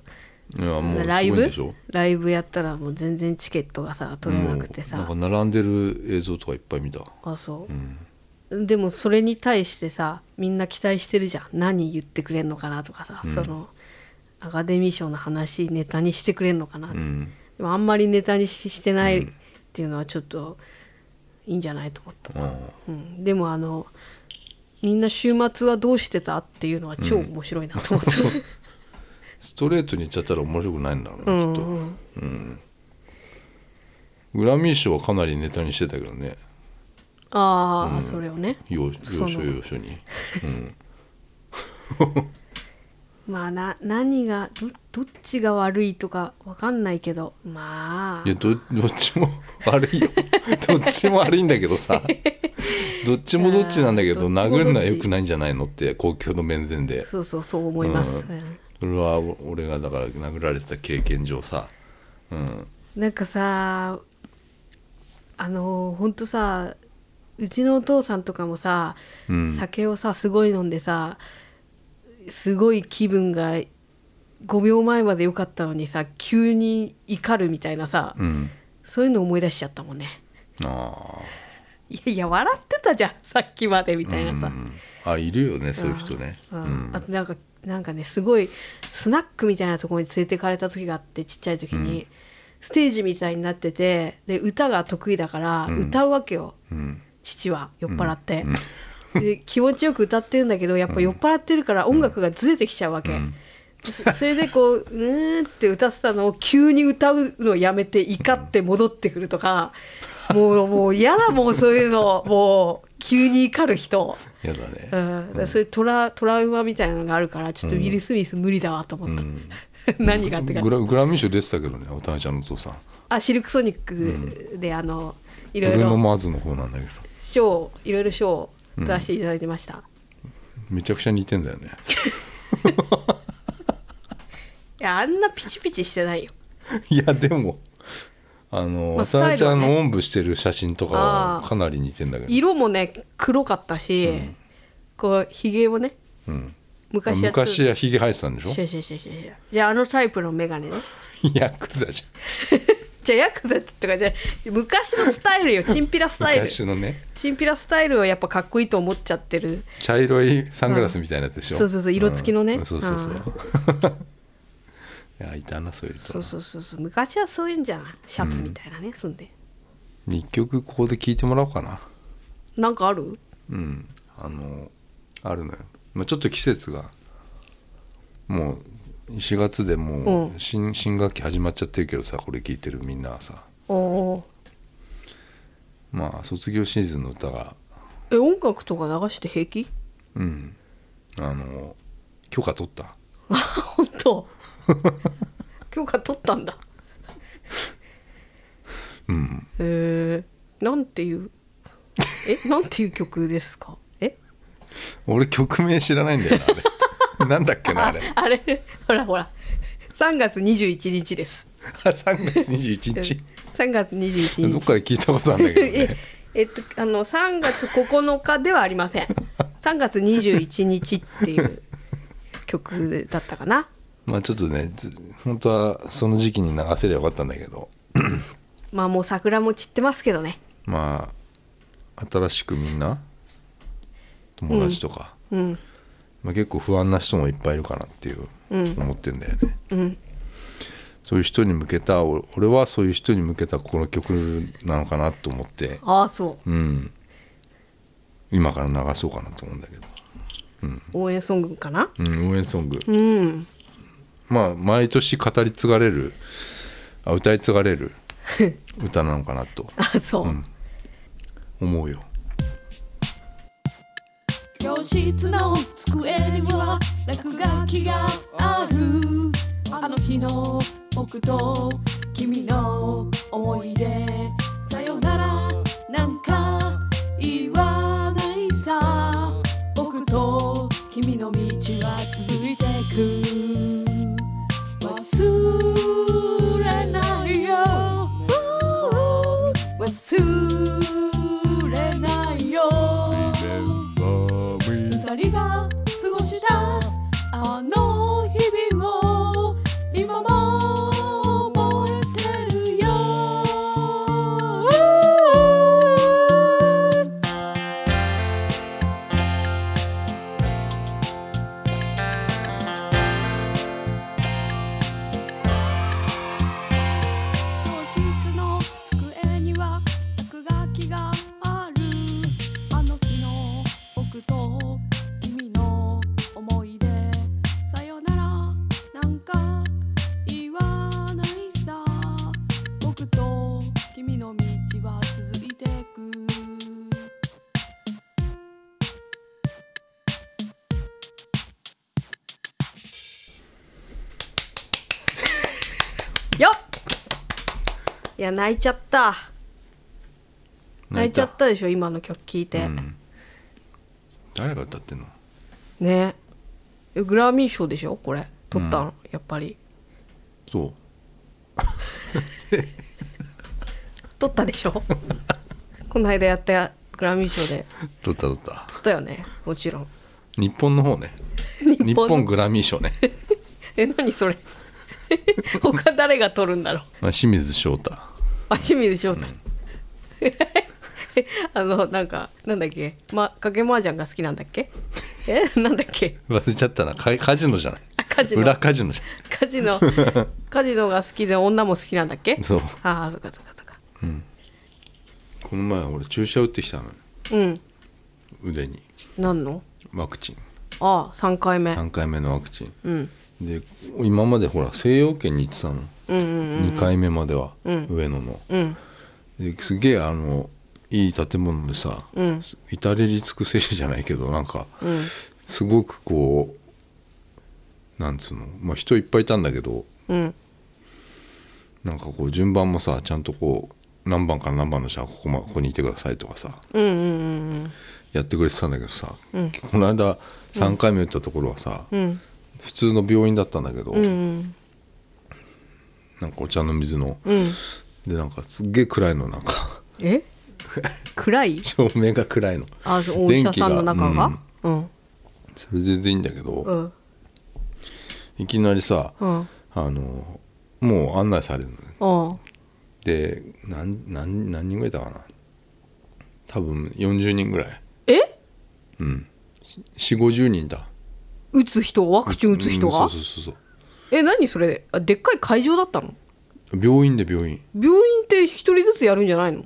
ー
いやもうす
ライ
ごいん
ブ
でしょ
ライブやったらもう全然チケットがさ取れなくてさ、
もうなんか並んでる映像とかいっぱい見た
あそう、でもそれに対してさみんな期待してるじゃん何言ってくれんのかなとかさ、そのアカデミー賞の話ネタにしてくれんのかなって、
ん
でもあんまりネタにししてないっていうのはちょっといいんじゃないと思った、
うん
うん、でもあのみんな週末はどうしてたっていうのは超面白いなと思った、
ストレートに言っちゃったら面白くないんだろうねきっと、
う
うんんグラミー賞はかなりネタにしてたけどね
ああ、それをね
要要
その
所要所に
まあな何がどどっちが悪いとかわかんないけどまあ
いやどどっちも 悪いよどっちも悪いんだけど さどっちもどっちなんだけど
いやーどっちもどっち
殴るのはよくないんじゃないのって公共の面前で
そうそうそう思います、
う
うん
それはお俺がだから殴られてた経験上さうん
なんかさあのほんとさうちのお父さんとかもさ、
うん
酒をさすごい飲んでさすごい気分が5秒前まで良かったのにさ急に怒るみたいなさ、
うん
そういうの思い出しちゃったもんね
あ
いやいや笑ってたじゃんさっきまでみ
あ、
た
う
いなさ、
ん、あいるよねそういう人ねう
うん
ん
あとなんかなんかねすごいスナックみたいなところに連れてかれた時があってちっちゃい時に、ステージみたいになっててで歌が得意だから歌うわけよ、
うん
父は酔っ払って、 で気持ちよく歌ってるんだけどやっぱ酔っ払ってるから音楽がずれてきちゃうわけ、そそれでこう「うーん」って歌ってたのを急に歌うのをやめて怒って戻ってくるとかもうもう嫌だもうそういうのもう急に怒る人。
やだね、
うん、だからそういうトラトラウマみたいなのがあるからちょっとウィル・スミス無理だわと思った、 何がってか
グラグラミー賞出てたけどねおためちゃんのお父さん
あシルクソニックで、あのいろい
俺の
ろ
マーズの方なんだけど
賞いろいろ賞を取らせていただいてました、い
めちゃくちゃ似てんだよね
やあんなピチピチしてないよ
いやでもあの、
まあ
おためちゃん
スタイルは
の
ね
おんぶしてる写真とか
あ
は
ー
かなり似てんだけど、
色もね黒かったし、こうひげもね
うん、
昔やってた
昔はひげ生えてたんでしょ
シ ャシャシャシャシャじゃああのタイプの眼鏡ね
ヤクザじ
じゃあヤクザとかじゃない昔のスタイルよチンピラス
ゃ
タ
ん
イル
昔のね
チンピラスタイルはやっぱかっこいいと思っちゃってる
茶色いサングラスみたいなやつでしょ、
うんそうそうそうん色付きのね
そうそうそう うんいやいたなそういう人
そうそうそうそう昔はそういうんじゃんシャツみたいなね、そんで
一曲ここで聞いてもらおうかな
なんかある
うんあのあるのよ、まあ、ちょっと季節がもう4月でも
う
う新,、新学期始まっちゃってるけどさこれ聞いてるみんなはさ
おお
まあ卒業シーズンの歌が
え音楽とか流して平気
うんあの許可取った
本 当許可取ったんだ
うん
へえなんていうえなんていう曲ですかえ
俺曲名知らないんだよな あれなんだっけなあれ
あれほらほら3月21日です
あ3月21日
3月21日
どっかで聞いたことあるんだけ ど
え
ね
えっとあの3月9日ではありません3月21日っていう曲だったかな
まあちょっとねず本当はその時期に流せりゃよかったんだけど
まあもう桜も散ってますけどね
まあ新しくみんな友達とか、
うん
まあ、結構不安な人もいっぱいいるかなっていう、
うん
思ってんだよね
うん
そういう人に向けたお俺はそういう人に向けたこの曲なのかなと思って
ああそ
うん今から流そうかなと思うんだけど、
う応援ソングかな
うん、応援ソング、
うん
まあ毎年語り継がれるあ歌い継が れる歌なのかなと
あそう、
思うよ
教室の机には落書きがあるあの日の僕と君の思い出さよならなんか言わないさ僕と君の道は続いてく忘れないよ忘れないよ二人が過ごしたあの日々を今も
よっいや泣いちゃった泣いちゃったでしょ今の曲聴いて、
うん誰が歌ってんの
ねえグラミー賞でしょこれ取ったの、やっぱり
そう
取ったでしょ この間やったグラミー賞で
取った取った
取ったよねもちろん
日本の 方ね日
の
本グラミー賞ね、
え何それ 他誰が取るんだろう
まあ、清水翔太
あ清水翔太、 あのなんかなんだっけまかけ麻雀が好きなんだっけえなんだっけ
忘れちゃったなカカジノじゃない
あカジノ
裏カジノじゃ
カジノカジノが好きで女も好きなんだっけ
ないそう
ああそっかそっかそっか
この前俺注射打ってきたのよ
うん
腕に
何の
ワクチン
ああ3回目
3回目のワクチン
うん
で今までほら西洋圏に行ってたの、
うんうん
2回目までは、上野の
うん
ですげえあのいい建物でさ、
うん
至れり尽くせりじゃないけどなんか、すごくこうなんつうの、まあ、人いっぱいいたんだけど
うん
なんかこう順番もさちゃんとこう何番から何番の人はここ,、ま、ここにいてくださいとかさ
うんうんうん
やってくれてたんだけどさ、この間3回目打ったところはさ、
うん
普通の病院だったんだけど、
うんうん
なんかお茶の水の、
うん
でなんかすっげえ暗いのなんか
え 暗い
照明が暗いの
あそうお医者さんの中が
電
うん
それ全然いいんだけど、
うん
いきなりさ、
うん
あのもう案内されるのね
うん
で何何何人ぐらいいたかな多分40人ぐらい
え
うん4 5 0人だ
打つ人ワクチン打つ人が、
うんそうそうそう
え何それあでっかい会場だったの
そう病院で病院
病院って一人ずつやるんじゃないの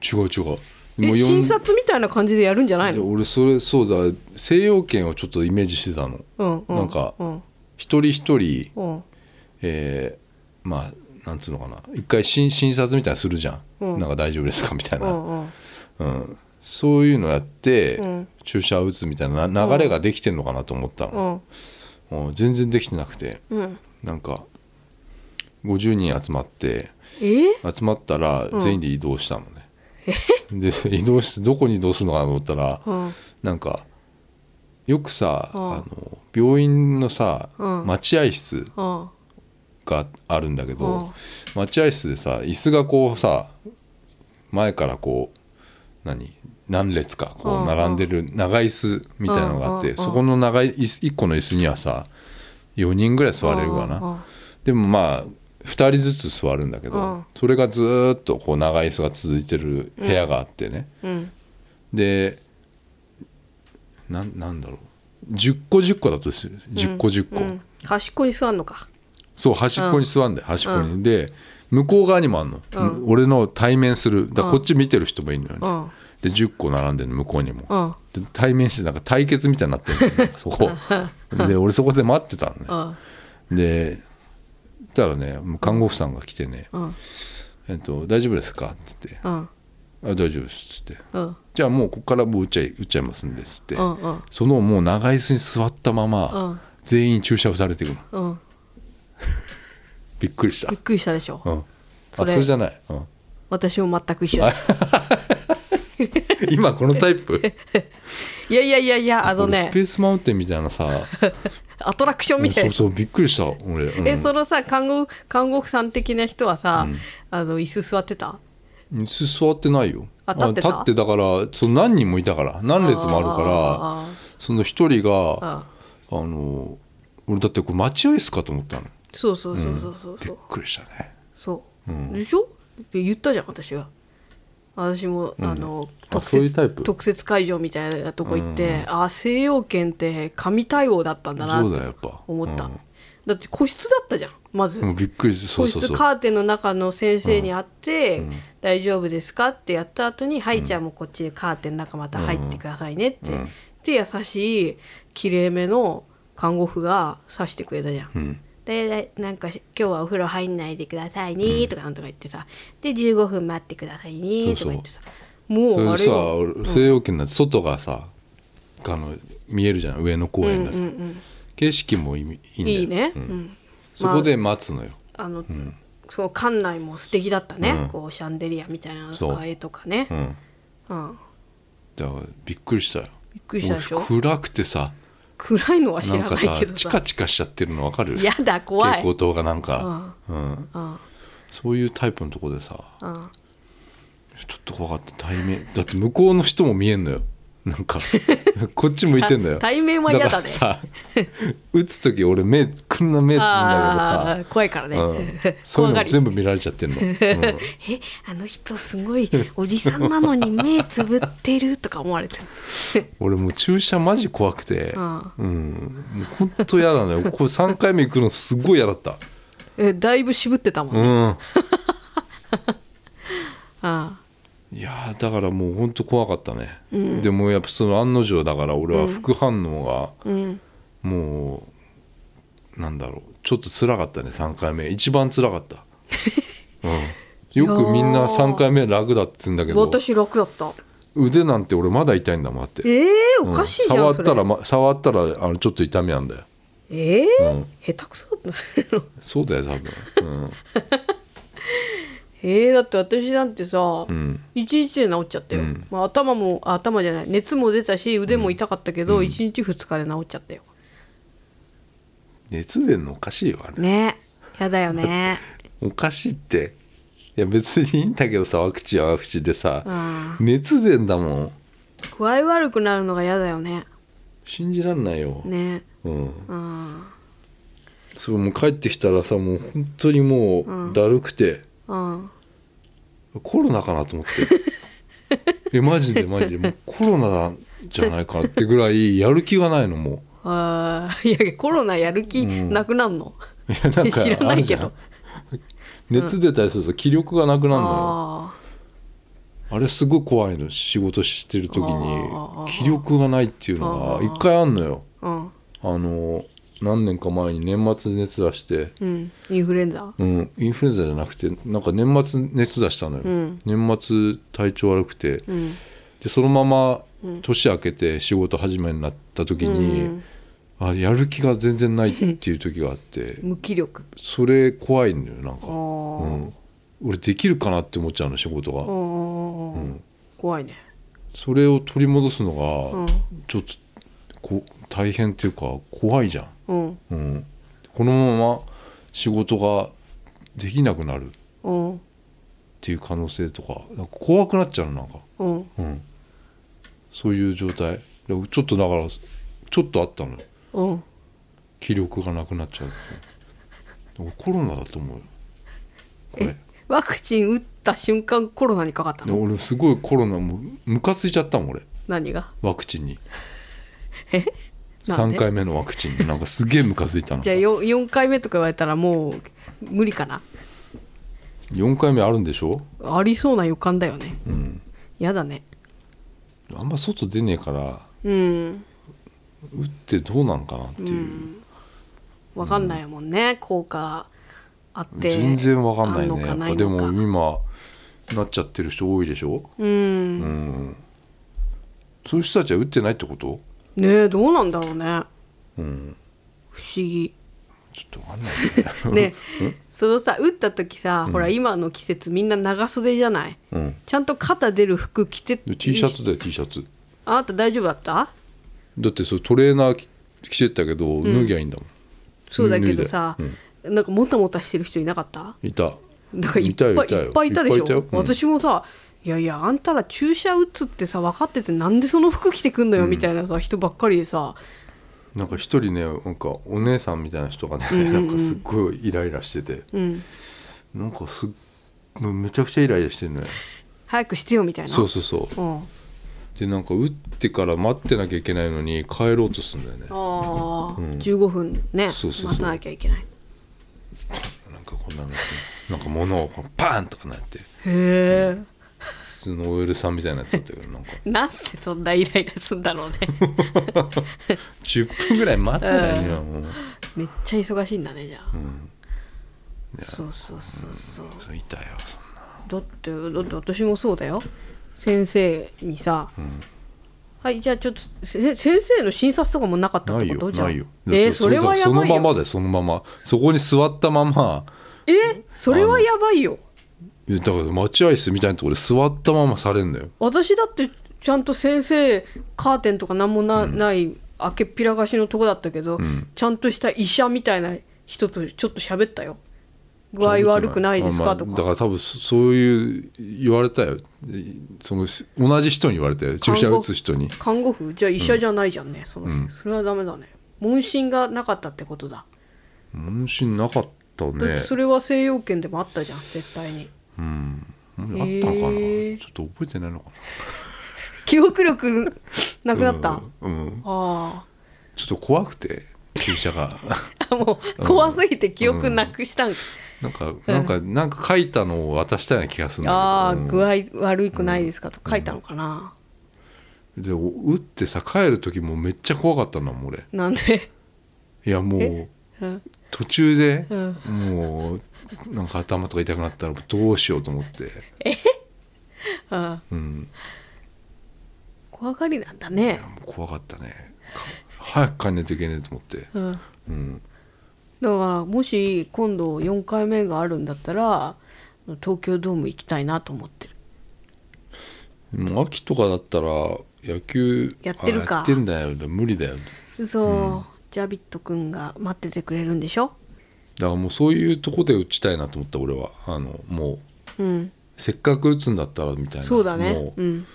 違う違う
え
よん
診察みたいな感じでやるんじゃない
で
の
俺それそうだ西洋圏をちょっとイメージしてたの、
うんうん
なんか
うん
一人一人
うん
えーまあなんつうのかな一回診診察みたいなのするじゃん、
うん
なんか大丈夫ですかみたいうな、
んうん
うん、そういうのやって、
ん
注射打つみたいなな流れができてんのかなと思った
う
の、
ん
うん全然できてなくて
うん
なんか50人集まって
え
集まったら全員で移動したのね、で移動してどこに移動するのかなと思ったら、
うん
なんかよくさ、
うん
あの病院のさ、
うん
待合室
うん
があるんだけど、
うん
待合室でさ椅子がこうさ前からこう何何列かこ
うん
う並んでる長い椅子みたいなのがあっ
うんうんう
て
ん
そこの長い椅子1個の椅子にはさ4人ぐらい座れるか
うんうんう
なんでもまあ2人ずつ座るんだけ
う
ど
ん
それがずーっとこう長い椅子が続いてる部屋があってね
うん
でなんなんだろう10個10個だとする10個10個、
うん端っこに座んのか
そう端っこに座んで、端っこに、で向こう側にもあんの、
うん
俺の対面するだから
うん
こっち見てる人もいるのよ
う
ね、
ん
で10個並んでるの向こうにも、
うん
で対面してなんか対決みたいになってる のよそこで俺そこで待ってた
う
のね
ん
でそしたらねもう看護婦さんが来てね
うん
「えっと、大丈夫ですか?」っつって
うん
「あ大丈夫です」っつって
うん
「じゃあもうここからもう打っちゃい打っちゃいますんです」って、
うんうん
そのもう長い椅子に座ったまま、
うん
全員注射をされていくの
うん
びっくりした
びっ、くりしたでしょ
うん、
そ
あ
れ
それじゃない、うん
私も全く一緒です
今このタイプ
いやいやいやい やあの
俺
ね
スペースマウンテンみたい なさ
アトラクションみたい
そ
な
うそうびっくりした俺、うん
えそのさ看護看護婦さん的な人はさ、あの椅子座ってた
椅子座ってないよ
あ立ってた
あ立ってだからその何人もいたから何列もあるから
あ
その一人
ー
があ
あ
の俺だってこれ待合室かと思ったの
ーそうそうそうそうそう
び
そ
っ
う,、
くりしたね
そう
うん
でしょって言ったじゃん私は私も、あの
あ
特
そういうタイ
設
プ
特設会場みたいなとこ行って、あ西洋圏って神対応だったんだな
そうだよや
っ
ってぱ
思った、
うん
だって個室だったじゃんまず、
でもびっくりしたそ
個
うそう
室
そう
カーテンの中の先生に会って「大丈夫ですか?」ってやった後に「はいじゃあもうこっちでカーテンの中また入ってくださいね」って、で優しいきれいめの看護婦が刺してくれたじゃん。
うん
ででなんかし「今日はお風呂入んないでくださいね」とかなんとか言ってさ「で15分待ってくださいね」とか言ってさ
そ
もうあれ
れでさ
よ
俺西洋圏なんて外がさあの見えるじゃん上の公園がさ景色もいいいいんだよ
いいね、うん
そこで待つのよ
あの、その館内も素敵だったね、
うん
こうシャンデリアみたいなのと
そ
か
う
絵とかね
う、ん
うん、
だからびっくりしたよ
びっくりしたでしょ
もう暗くてさ
暗いのは知
な
ら
ん
な
か
い
さ
けど
チ
さ
カチカしちゃってるの分かる
やだ怖い
蛍光灯がなんか、うん、
うん
そういうタイプのとこでさ
うん
ちょっと怖かった対面だって向こうの人も見えんのよなん かこっち向いてんのよ
た対面は嫌だね
からさ打つ時俺目こんな目つぶん
あ
だ
あ怖いから
け
ね、
どさ、うん、そういうのも全部見られちゃって んの、うん
え あの人すごいおじさんなのに目つぶってるとか思われてる
俺もう注射マジ怖くて、
あ
うん、もうほんと嫌だねこれ3回目行くのすごい嫌だった
えだいぶ渋ってたもん、
う
ね
ん
あ
いやーだからもうほんと怖かったね、でもやっぱその案の定だから俺は副反応が、
あうん
もうなんだろうちょっと辛かったね3回目一番辛か った、うん、よくみんな3回目楽だって言うんだけど
私楽だった
腕なんて俺まだ痛いんだもんだって、
ええ
う
ー、
ん
おかしいじゃん、
触
そ
っ
れ
たら、ま、触ったらあのちょっと痛みなんだよ
ええー
うん
下手くそだったの
そうだよ多分、
ええだって私なんてさ、
ん
一日で治っちゃったよ、まあ、頭もあ頭じゃない熱も出たし腕も痛かったけど、一日二日で治っちゃったよ
熱出んのおかしいよあれ
ねやだよ ね
おかしいっていや別にいいんだけどさワクチンはワクチンでさ
あ
熱出んだもん
具合悪くなるのがやだよね
信じらんないよ、
ね
うん
うん
そうもう帰ってきたらさもう本当にもうだるくて、
うん
コロナかなと思 って。え、マジでマジで。もうコロナじゃないかなってぐらい、やる気がないの、も
あーいやコロナやる気なくなんの、
う。いや、なんか
知ら
あ
な
る
い
じ
け
ゃん
ど。
熱出たりすると気力がなくなるのよ。
あ
あれすごい怖いの。仕事してる時に
あー、
気力がないっていうのが、一回あんのよ。
あうん
あの、何年か前に年末熱出して、
うんインフルエンザ
うん、インフルエンザじゃなくてなんか年末熱出したのよ、
ん
年末体調悪くて、
ん
でそのまま年明けて仕事始めになった時に、あやる気が全然ないっていう時があって
無気力
それ怖いんだよなんか、
ああ、
う、
うん
俺できるかなって思っちゃうの仕事が、
ん怖いね
それを取り戻すのが、
うん
ちょっとこ大変っていうか怖いじゃん、
うん
うん、このまま仕事ができなくなる
うん
っていう可能性とかなんか怖くなっちゃうのなんか、
うん
うん、そういう状態でちょっとだからちょっとあったのよ
うん
気力がなくなっちゃうってで俺コロナだと思うよこれ
ワクチン打った瞬間コロナにかかった
で
の
俺すごいコロナもうムカついちゃったもん俺
何が
ワクチンに
えなん
3
で
回目のワクチンになんかすげえムカついたの
じゃあ 4, 四回目とか言われたらもう無理かな
4回目あるんでしょ、
ありそうな予感だよね
うん、
やだね
あんま外出ねえから
うん
打ってどうなんかなっていう、
わかんないもんね、効果あって
全然わかんな
あ
いね
の
やっ
な
ぱ
い
で
の
も
か
今なっちゃってる人多いでしょ
うん
う
ね
んそういう人たちは打ってないってこと
えどうなんだろうね
うん
不思議
ちょっとわかんないね
ねそのさ打った時さ、ほら今の季節みんな長袖じゃない
うん
ちゃんと肩出る服着て
で T シャツだよ T シャツ
あなた大丈夫だった
だってそれトレーナー着着てったけど脱ぎゃいいんだもん、
そうだけどさ、なんかもたもたしてる人いなかった
いた
なんかいっぱいい
よよ
っぱいいたでしょ
いようん
私もさ「いやいやあんたら注射打つってさ分かっててなんでその服着てくんのよ」みたいなさ、人ばっかりでさ
なんか一人ねなんかお姉さんみたいな人がね、なんかすっごいイライラしてて、
ん
なんかすっもうめちゃくちゃイライラしてるのよ
早くしてよみたいな
そうそうそう
う、ん、あ
でなんか打ってから待ってなきゃいけないのに帰ろうとするんだよね
あ、15分ね
そうそうそう
待たなきゃいけない
なんかこんなのやってなんか物をパーンとかなって
へえ
普通の OL さんみたいなやつだったけどなんか
なんでそんなイライラすんだ ろうね
10分ぐらい待ってないじゃんもう
めっちゃ忙しいんだねじゃあ、そうそうそうそう
そういたよそんな
だってだって私もそうだよ先生にさ、はいじゃあちょっとせ先生の診察とかもなかったっ
な
て
い
こと
よ
じゃあ
ないよ
えーそれはやばいよ
そのままでそのままそこに座ったまま
えそれはやばいよ
いやだから待合室みたいなところで座ったままされんのよ
私だってちゃんと先生カーテンとか何もな,、ない開けっぴらがしのとこだったけど、ちゃんとした医者みたいな人とちょっと喋ったよ具合悪くないです
ま
か
あ
と
まあ
か、
だから多分そそういう言われたよその同じ人に言われたよ注射打つ人に
看護婦じゃあ医者じゃないじゃんね、そのそれはダメだね問診がなかったってことだ
問診なかった
だって
ね
それは西洋圏でもあったじゃん絶対に
うんあったのかな、
へえ
ちょっと覚えてないのか
記憶力な
な
くなった、あ
うんうん
あ
ちょっと怖くて注射が
あもう怖すぎて記憶なくしたん、
なんかなんかなんか書いたのを渡したような気がするん
ああ
だけど、
具合悪くないですかと書いたのかな、
うんで打ってさ帰る時もめっちゃ怖かったんだもん俺
なんで、
いやもう
うん、
途中で、
うん
もうなんか頭とか痛くなったらどうしようと思って、
ああ
うん、
怖がりなんだね
もう怖かったねか早く帰んないといけないと思って、
うんだか
うん、
らもし今度4回目があるんだったら東京ドーム行きたいなと思ってる
もう秋とかだったら野球
やってるか
あやってんだよ無理だよ
嘘、ジャビットくんが待っててくれるんでしょ
だからもうそういうとこで打ちたいなと思った俺はあのもう
うん
せっかく打つんだったらみたいな
そうだね
も
う
うん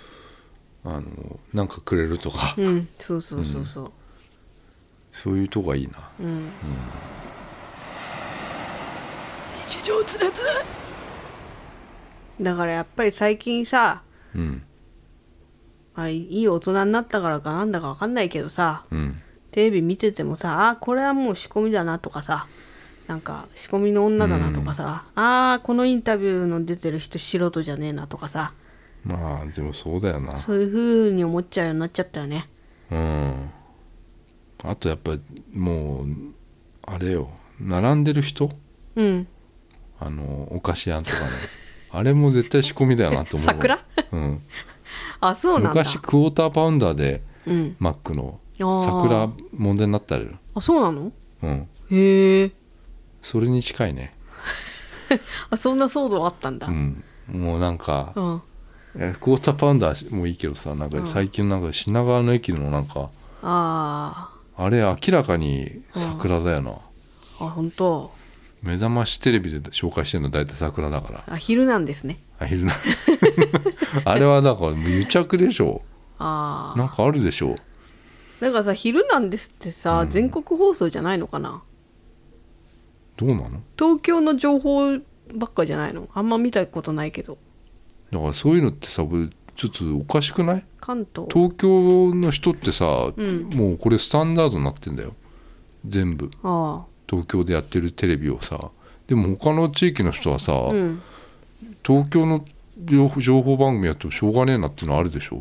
あのなんかくれるとか、
うんそうそうそうそう
そういうとこがいいな、
うん
日常つらつら
だからやっぱり最近さ
うん
あいい大人になったからかなんだかわかんないけどさ
うん、
テレビ見ててもさあこれはもう仕込みだなとかさなんか仕込みの女だなとかさ、ああこのインタビューの出てる人素人じゃねえなとかさ
まあでもそうだよな
そういう風に思っちゃうようになっちゃったよね
うんあとやっぱりもうあれよ並んでる人
うん
あのお菓子屋と かねあれも絶対仕込みだよなと思うわ
桜、
うん、
あそうなんだ
昔クォーターパウンダーで
うん
マックの
あー
桜問題になったり
あそうなの
うん
へえ
それに近いね、
あそんな騒動あったんだ
うん、もうなんか
う、ん、
えクォーターパウンダーもいいけどさなんか最近なんか品川の駅のなんか
あ
あれ明らかに桜だよな、
ーあ本当
目覚ましテレビで紹介してるの大体桜だから
あ昼なんですね
あ昼な あれはだから癒着でしょ
ああ
なんかあるでしょ
だからさ「昼なんです」ってさ、全国放送じゃないのかな
どうなの
東京の情報ばっかじゃないのあんま見たことないけど
だからそういうのってさ僕ちょっとおかしくない
関東
東京の人ってさ、
うん
もうこれスタンダードになってんだよ全部
あ
東京でやってるテレビをさでも他の地域の人はさ、
あうん
東京の情報情報番組やってもしょうがねえなっていうのあるでしょ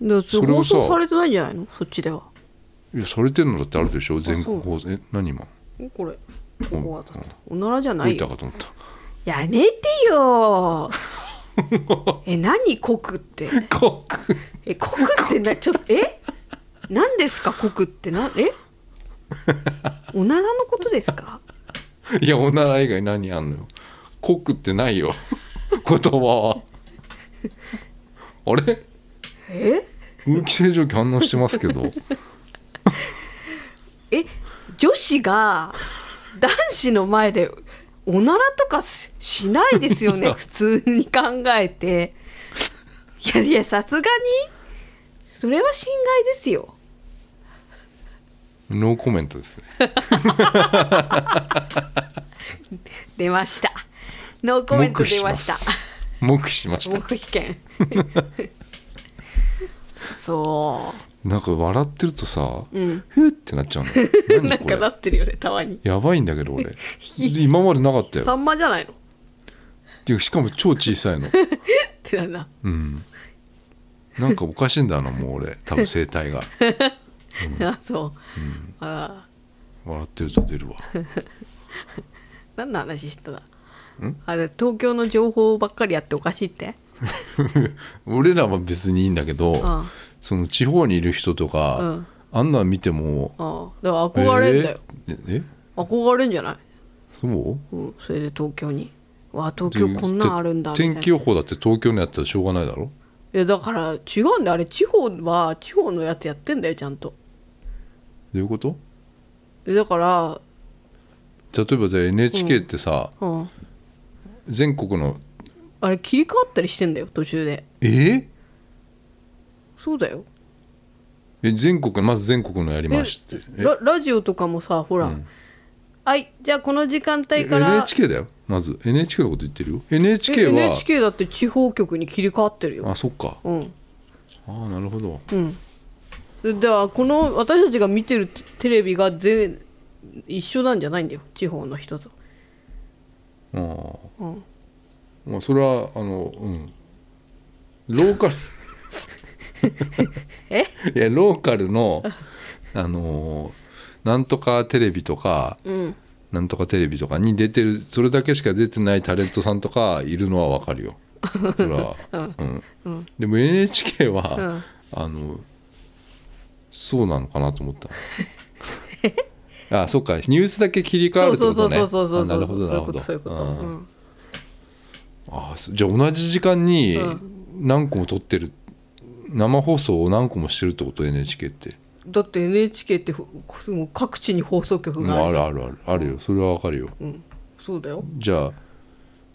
で
それ
放
をさ
送されてないんじゃないのそっちではい
やされてるのだってあるでしょ全
そう
国放送え何今
おこれここはだっておならじゃな
吹
い
いた
よ
かと思った
やめてよ え何コクって
コック
えコクってなちょっとえ何ですかコクってなえおならのことですか
いやおなら以外何あんのよコックってないよ 言葉はあれ
え
空気清浄機反応してますけど
え女子が男子の前でおならとかししないですよね普通に考えていやいやさすがにそれは侵害ですよ
ノーコメントですね
出ましたノーコメント
黙秘
出ま
し
した
た黙秘しました
黙秘権そ
なんか笑ってるとさ、
ん
ふーってなっちゃうの
うな
何
ん
こ
かな
れ
ってるよねたまに
やばいんだけ ど俺今までなかったよ
サンマじゃないのっ
いやしかも超小さいの
てなんだ
うんなんかおかしいんだなもう 俺多分声帯が
あ そう、あ
笑ってると出るわ
ー何の話してたあで東京の情報ばっかりやっておかしいって
俺らは別にいいんだけど、
ん
その地方にいる人とか、
うん
あんなん見ても
ああだから憧れんだよ、
えーえ
憧れんじゃない
そう
うん、それで東京にわあ東京こんなんあるんだみたい
天
な
気予報だって東京のやつはしょうがないだろ
いやだから違うんだよあれ地方は地方のやつやってんだよちゃんと
どういうこと
でだから、
例えばじゃあ NHK ってさ、
うん、
全国の
あれ切り替わったりしてんだよ途中で
えー
そうだよ
え全国まず全国のやりましてえ
ララジオとかもさほら、はいじゃあこの時間帯から
NHK だよまず NHK のこと言ってるよ NHK は
え NHK だって地方局に切り替わってるよ
あそっか
うん
ああなるほど
うんでだからこの私たちが見てるテテレビが全一緒なんじゃないんだよ地方の人と
あー
うん
まあそれはあのうんローカル
え
いやローカルのあのーなんとかテレビとか
うん
なんとかテレビとかに出てるそれだけしか出てないタレントさんとかいるのはわ かるよ。それはうんでも NHK は、あのそうなのかなと思った。 あそっかニュースだけ切り替わ
そ
る
う
って
そうそ
こと
う
ね。
そうそうそう
あなるほどな
そうい
る
う
ほ
こと
ど。
そういうこと、
うん
うん
あそじゃあ同じ時間に何個も撮ってる、生放送を何個もしてるってこと NHK って。
だって NHK ってふもう各地に放送局
うん
がある
あ
じゃ
る
ん
あるあるあるよそれはわかるよ。
そうだよ
じゃあ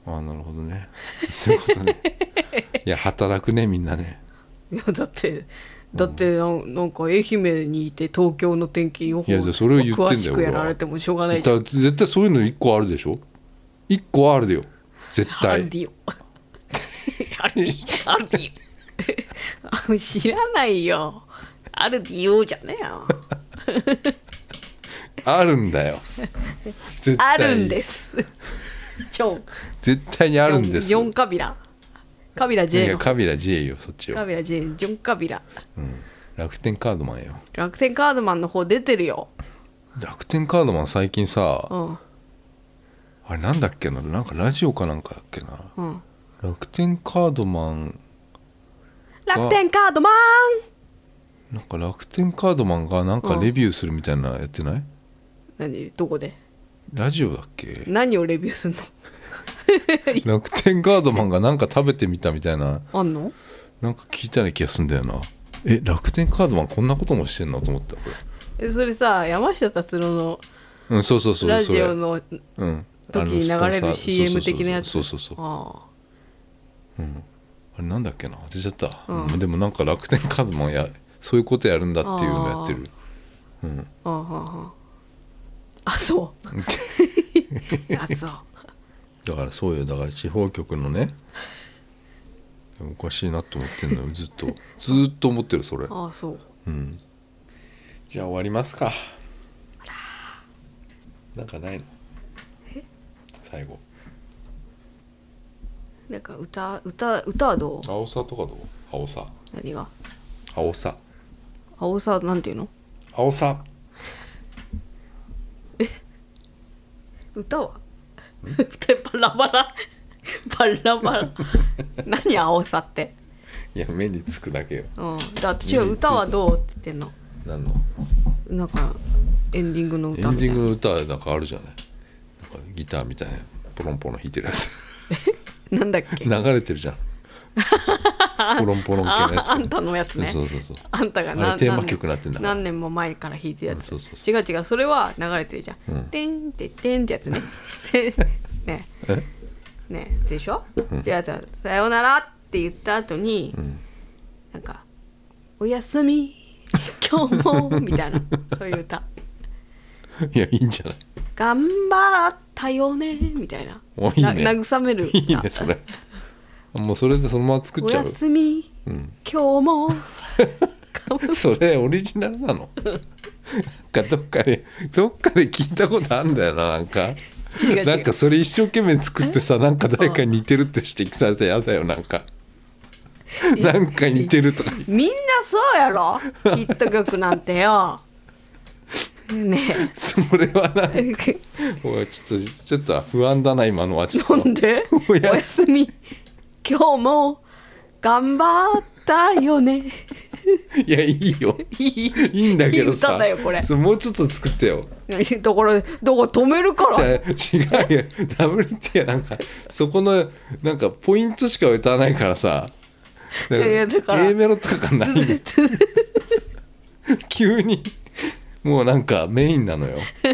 あーなるほどね そういうこと ねいや働くねみんなね
いやだってだってなんなんか愛媛にいて東京の天気予報
いやじゃあそれを言ってんだよ
詳しくやられてもしょうがない
だ
じ
か
ゃん
ら絶対そういうの1個あるでしょ1個あるでよ絶
ア
対
ルディオアルディアルデ ィオ知らないよアルディオじゃねえよ
あるんだよ絶対
あるんですジョン
絶対にあるんです
ジョンジョンカビラカビラ
い
J
や
の
カビラ J よそっち
カ
よ、
ビラ J ジョンカビラ
うん、楽天カードマンよ
楽天カードマンの方出てるよ
楽天カードマン最近さ、
うん
あれなんだっけななんかラジオかなんかだっけな
うん
楽天カードマン
楽天カードマン
なんか楽天カードマンがなんかレビューするみたいなのやってない、
何どこで
ラジオだっけ
何をレビューすんの
楽天ガードマンがなんか食べてみたみたいな
あんの
なんか聞いたような気がすんだよなえ楽天カードマンこんなこともしてんのと思ったこ
えそれさ山下達郎の
れうんそうそうそう
ラ
そ
ジ
れ
オの
うん
時に
あ
流れ
のスポンサー
る CM 的なやつ
そうそうそうそうそうそう
あ
あれなんだっけな忘れちゃった、
うん
うんでもなんか楽天カードマンやそういうことやるんだっていうのやってる
あああああそう あそう
だからそうよだから地方局の ねでもおかしいなと思ってんのよずっとずーっと思ってるそれ
ああそう
うんじゃあ終わりますかなんかないの最後
なんか歌歌歌はどう
青さとかどう青さ
何が
青さ
青さなんていうの
青さ
歌は歌 バラバラバラバ ラ何青さって
いや目につくだけよ
うんで私は歌はどうって言ってんの
何の
なんかエンディングの
エ
歌
ン
みた
デ
い
ィング
な
の歌なんかあるじゃないなんかギターみたいなポロンポロン弾いてるや つ
なんだっけ
流れてるじ ゃんポロンポロン系のや
あ
つ、
あんたのやつね
そうそうそう
あんたが
あれテーマ曲になってんだから
何年も前から弾いてるやつ、
うんそうそうそ
違う違うそれは流れてるじゃん「
うん
てんててん」ってやつ ね「てんね
え
ねでしょ、じゃあじゃあさようなら」って言った後に、なんか「おやすみ今日も」みたい なそういう歌
いやいいんじゃない
「頑張ったよね」みたいな
おいいね
な慰める歌
いいねそ れもうそれでそのまま作っ
お
ちゃ
や
う
すみ、
ん
今日も
それオリジナルなのなんかどっかでどっかで聞いたことあるんだよななんか
違う違う
なんかそれ一生懸命作ってさなんか誰かに似てるって指摘されたらやだよなんかなんか似てるとか
みんなそうやろヒット曲なんてよね
それはな
え
おいちょっとちょっと不安だな今のはちょっと
なんで
お
お
や
やすみ今日も頑張ったよね
いやいいよ
いい
いいんだけどさ
いい歌だよこれ
それもうちょっと作ってよ
だからだから止めるから
違う違うよ WT はなんかそこのなんかポイントしか歌わないからさい
いやいやだから
A メロとかがない急にもうなんかメインなのよ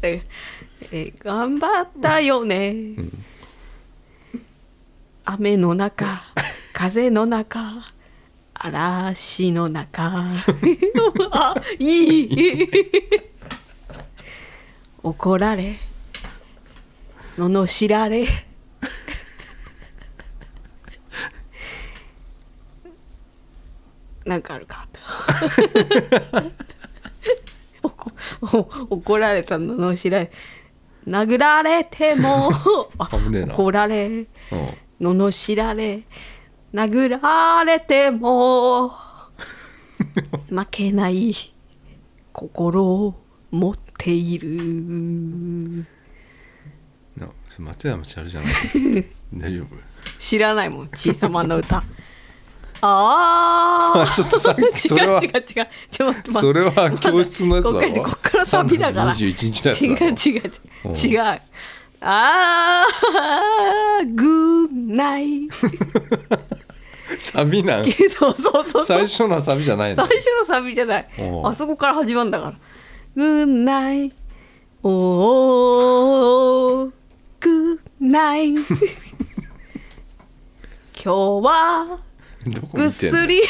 えー頑張ったよね、雨の 中風の中嵐の 中 あいい怒られ罵ら れなんかあるか 怒怒られたののしられ殴られてもあ
危ねえな
怒られ
うん
罵られ殴られても 負けない心を持っている
なそれ松山千春じ ゃない大丈夫
知らないもん「ちいさまの 歌」ああ
ちょっとさっきそれ は
違う違う違うちょっと待って
それは教室のやつだ
こっ
ろ
からこっからサビだから
3月21日のやつだ
違う違う
ろ
違う違うああグーナイ
サビな ん
そうそうそうそう
最初のはサビじゃないの
最初のサビじゃない
おう
あそこから始まるんだから「グッナイおーグッナ イ」今日は
どこ
ぐっ
見てん
す
の
り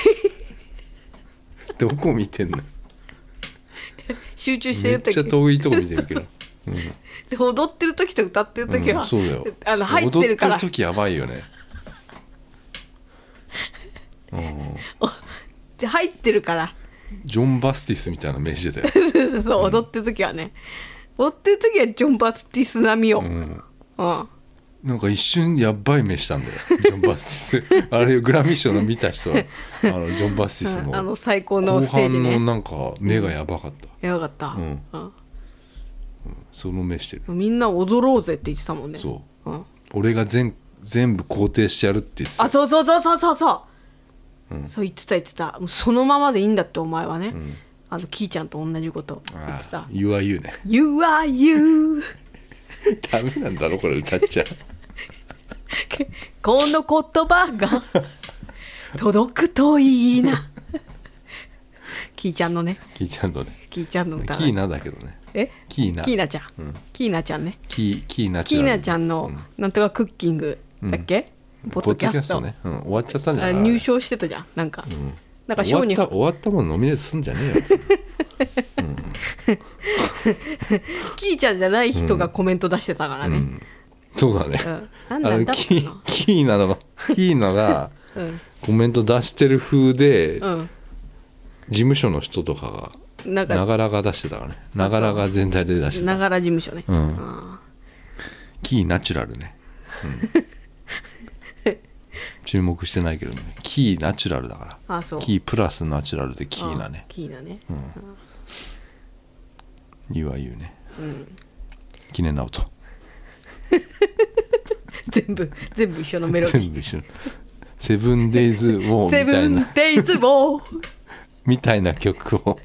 どこ見てんの
集中して
め
る
っち
時
ゃ遠いとこ見てるけど
踊ってる時と歌ってる 時は、
うんそうだよ
あの入ってるから
踊ってる時やばいよね
お入ってるから
ジョン・バスティスみたいな目してたよ、
そう踊ってる時はね踊ってる時はジョン・バスティス並みよ、う
うんん、なんか一瞬やばい目したんだよジョン・バスティス あれグラミー賞の見た人はあのジョン・バスティス の
あの最高の
後
ステージ
半の
ね
なんか目がやばかった、
やばかった、
ん
うん
その目してる
みんな踊ろうぜって言ってたもんね
そ
うん
俺が全全部肯定してやるって言ってた
あそうそうそうそうそうそう、そう言ってた言ってたもうそのままでいいんだってお前はね、あのキーちゃんと同じこと言
あ
ってた
ー You are you ね
「You are you
ダメなんだろこれ歌っちゃ
この言葉 が届くといいな」キーちゃんのね
キーちゃんのね
キーちゃんの歌
キーナだけどね
え
キーナ
キーナちゃん、キーナちゃんね
キーキーナ
キーナちゃん
う
のなんとかクッキングだっけ、ポッ
ポッ
ド
ドキ
キ
ャ
ャ
ス
ス
ト
ト
ね、うん、終わっちゃったんじゃな
あ
い
入賞してたじゃんなんか、なんか
終わ
賞
っ
に
た終わったものノミネートすんじゃねえよ
キーちゃんじゃない人がコメント出してたからね、
そうだね、
うんなんなんだっ
キ
つうの
ーキーナのキーナが
うん
コメント出してる風で、
うん
事務所の人とか
なん
がな
か
がらが出してたからねながらが全体で出して
な
た
がら事務所ね、
うん
あ
キーナチュラルね、 うん注目してないけどねキーナチュラルだか
ー
ら
あそう
キープラスナチュラルでキ
あー
ーナね
キーナね、
言うは言うね、記念直人
全部全部一緒のメロディ
全部一緒セブンデイズ・ウォー
ー
み
セ
た
ブ
い
ン
な
デイズボー
みたいな曲を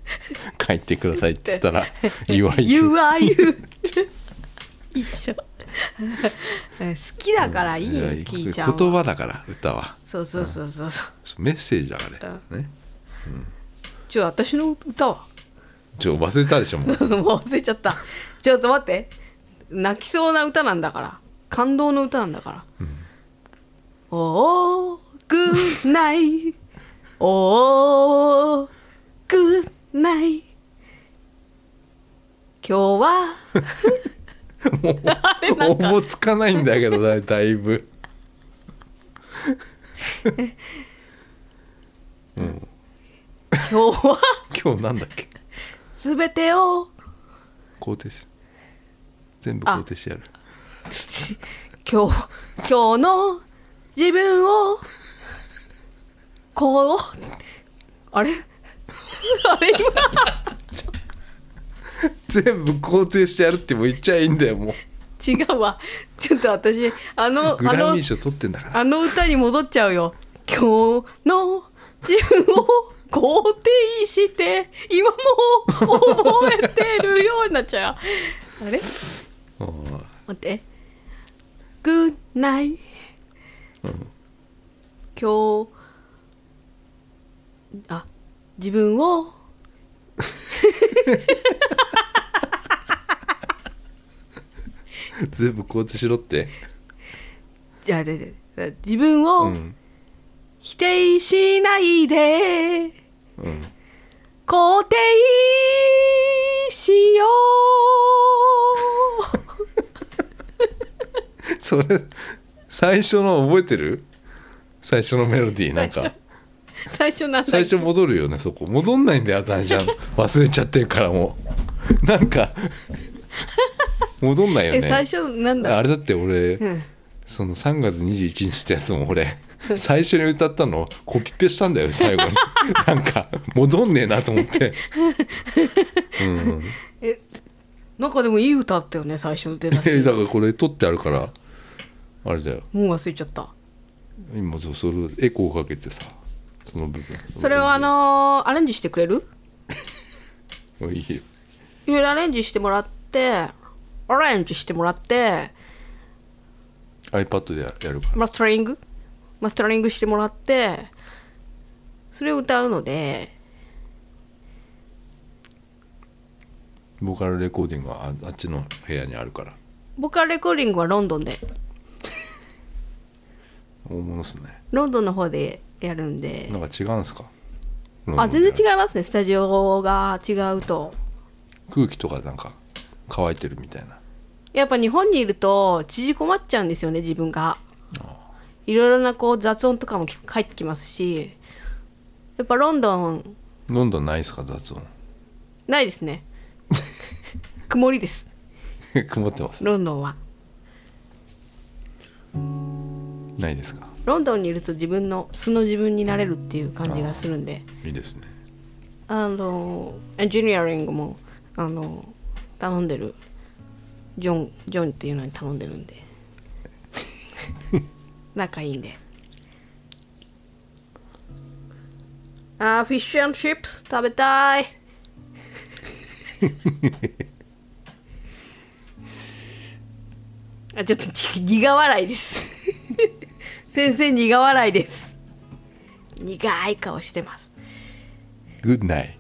書いてくださいって言っ たら「言わ
You
ゆ
are you 一緒 え好きだからいいよキー
言
ちゃんは
葉だから歌は
そうそうそうそうそう
メッセージだからね
ちょ私の歌は
ちょ忘れたでし ょもう
もう忘れちゃったちょっと待って泣きそうな歌なんだから感動の歌なんだから、おーグッナイおーグッナイ今日はあれなん
応
か
募つかないんだけどだだいぶ
今日は
今日なんだっけ
すべてを
肯定して全部肯定してやる
今日今日の自分をこうあれ あれ今
全部肯定してやるってもう言っちゃいいんだよもう
違うわちょっと私あのあ
グラ
の
ミー賞取ってんだから
あの歌に戻っちゃうよ今日の自分を肯定して今も覚えてるようになっちゃうあれ待って「グッナイ」今日あ自分を
全部肯定しろって
じゃあでで自分を
ん
否定しないで、肯定しよう
それ最初の覚えてる最初のメロディーなん
最
か
初 最初なんだ
最初戻るよねそこ戻んないんだよ大ちゃん忘れちゃってるからもうなんか戻んないよ
え
ね
最初なんだ
あれだって俺、
ん
その3月21日ってやつも俺最初に歌ったのコピペしたんだよ最 後になんか戻んねえなと思って
なんかでもいい歌あったよね最初出だ
え
し
だからこれ撮ってあるからあれだよ
もう忘れちゃった
今そうそれエコーかけてさその部分
それをあのーアレンジしてくれる
もういいよ
いろいろアレンジしてもらってアレンジしてもらって
iPad でやるから
マスタリングマスタリングしてもらってそれを歌うので
ボーカルレコーディングはああっちの部屋にあるから
ボカルレコーディングはロンドンで
大物っすね
ロンドンの方でやるんで
なんか違うんすか
あ全
う
然違いますねスタジオが違うと
空気とかなんか乾いてるみたいな
やっぱ日本にいると縮こまっちゃうんですよね自分がいろいろなこう雑音とかも聞く入ってきますしやっぱロンドン
どんどんないっすか雑音
ないですね曇りです
曇ってます
ロンドンは
ないですか
ロンドンにいると自分の素の自分になれるっていう感じがするんで
いいですね
あのエンジニアリングもあの頼んでるジョンジョンっていうのに頼んでるんで仲いいんであーフィッシュチップス食べたいあちょっとち苦笑いです先生苦笑いです苦い顔してます
グッナイ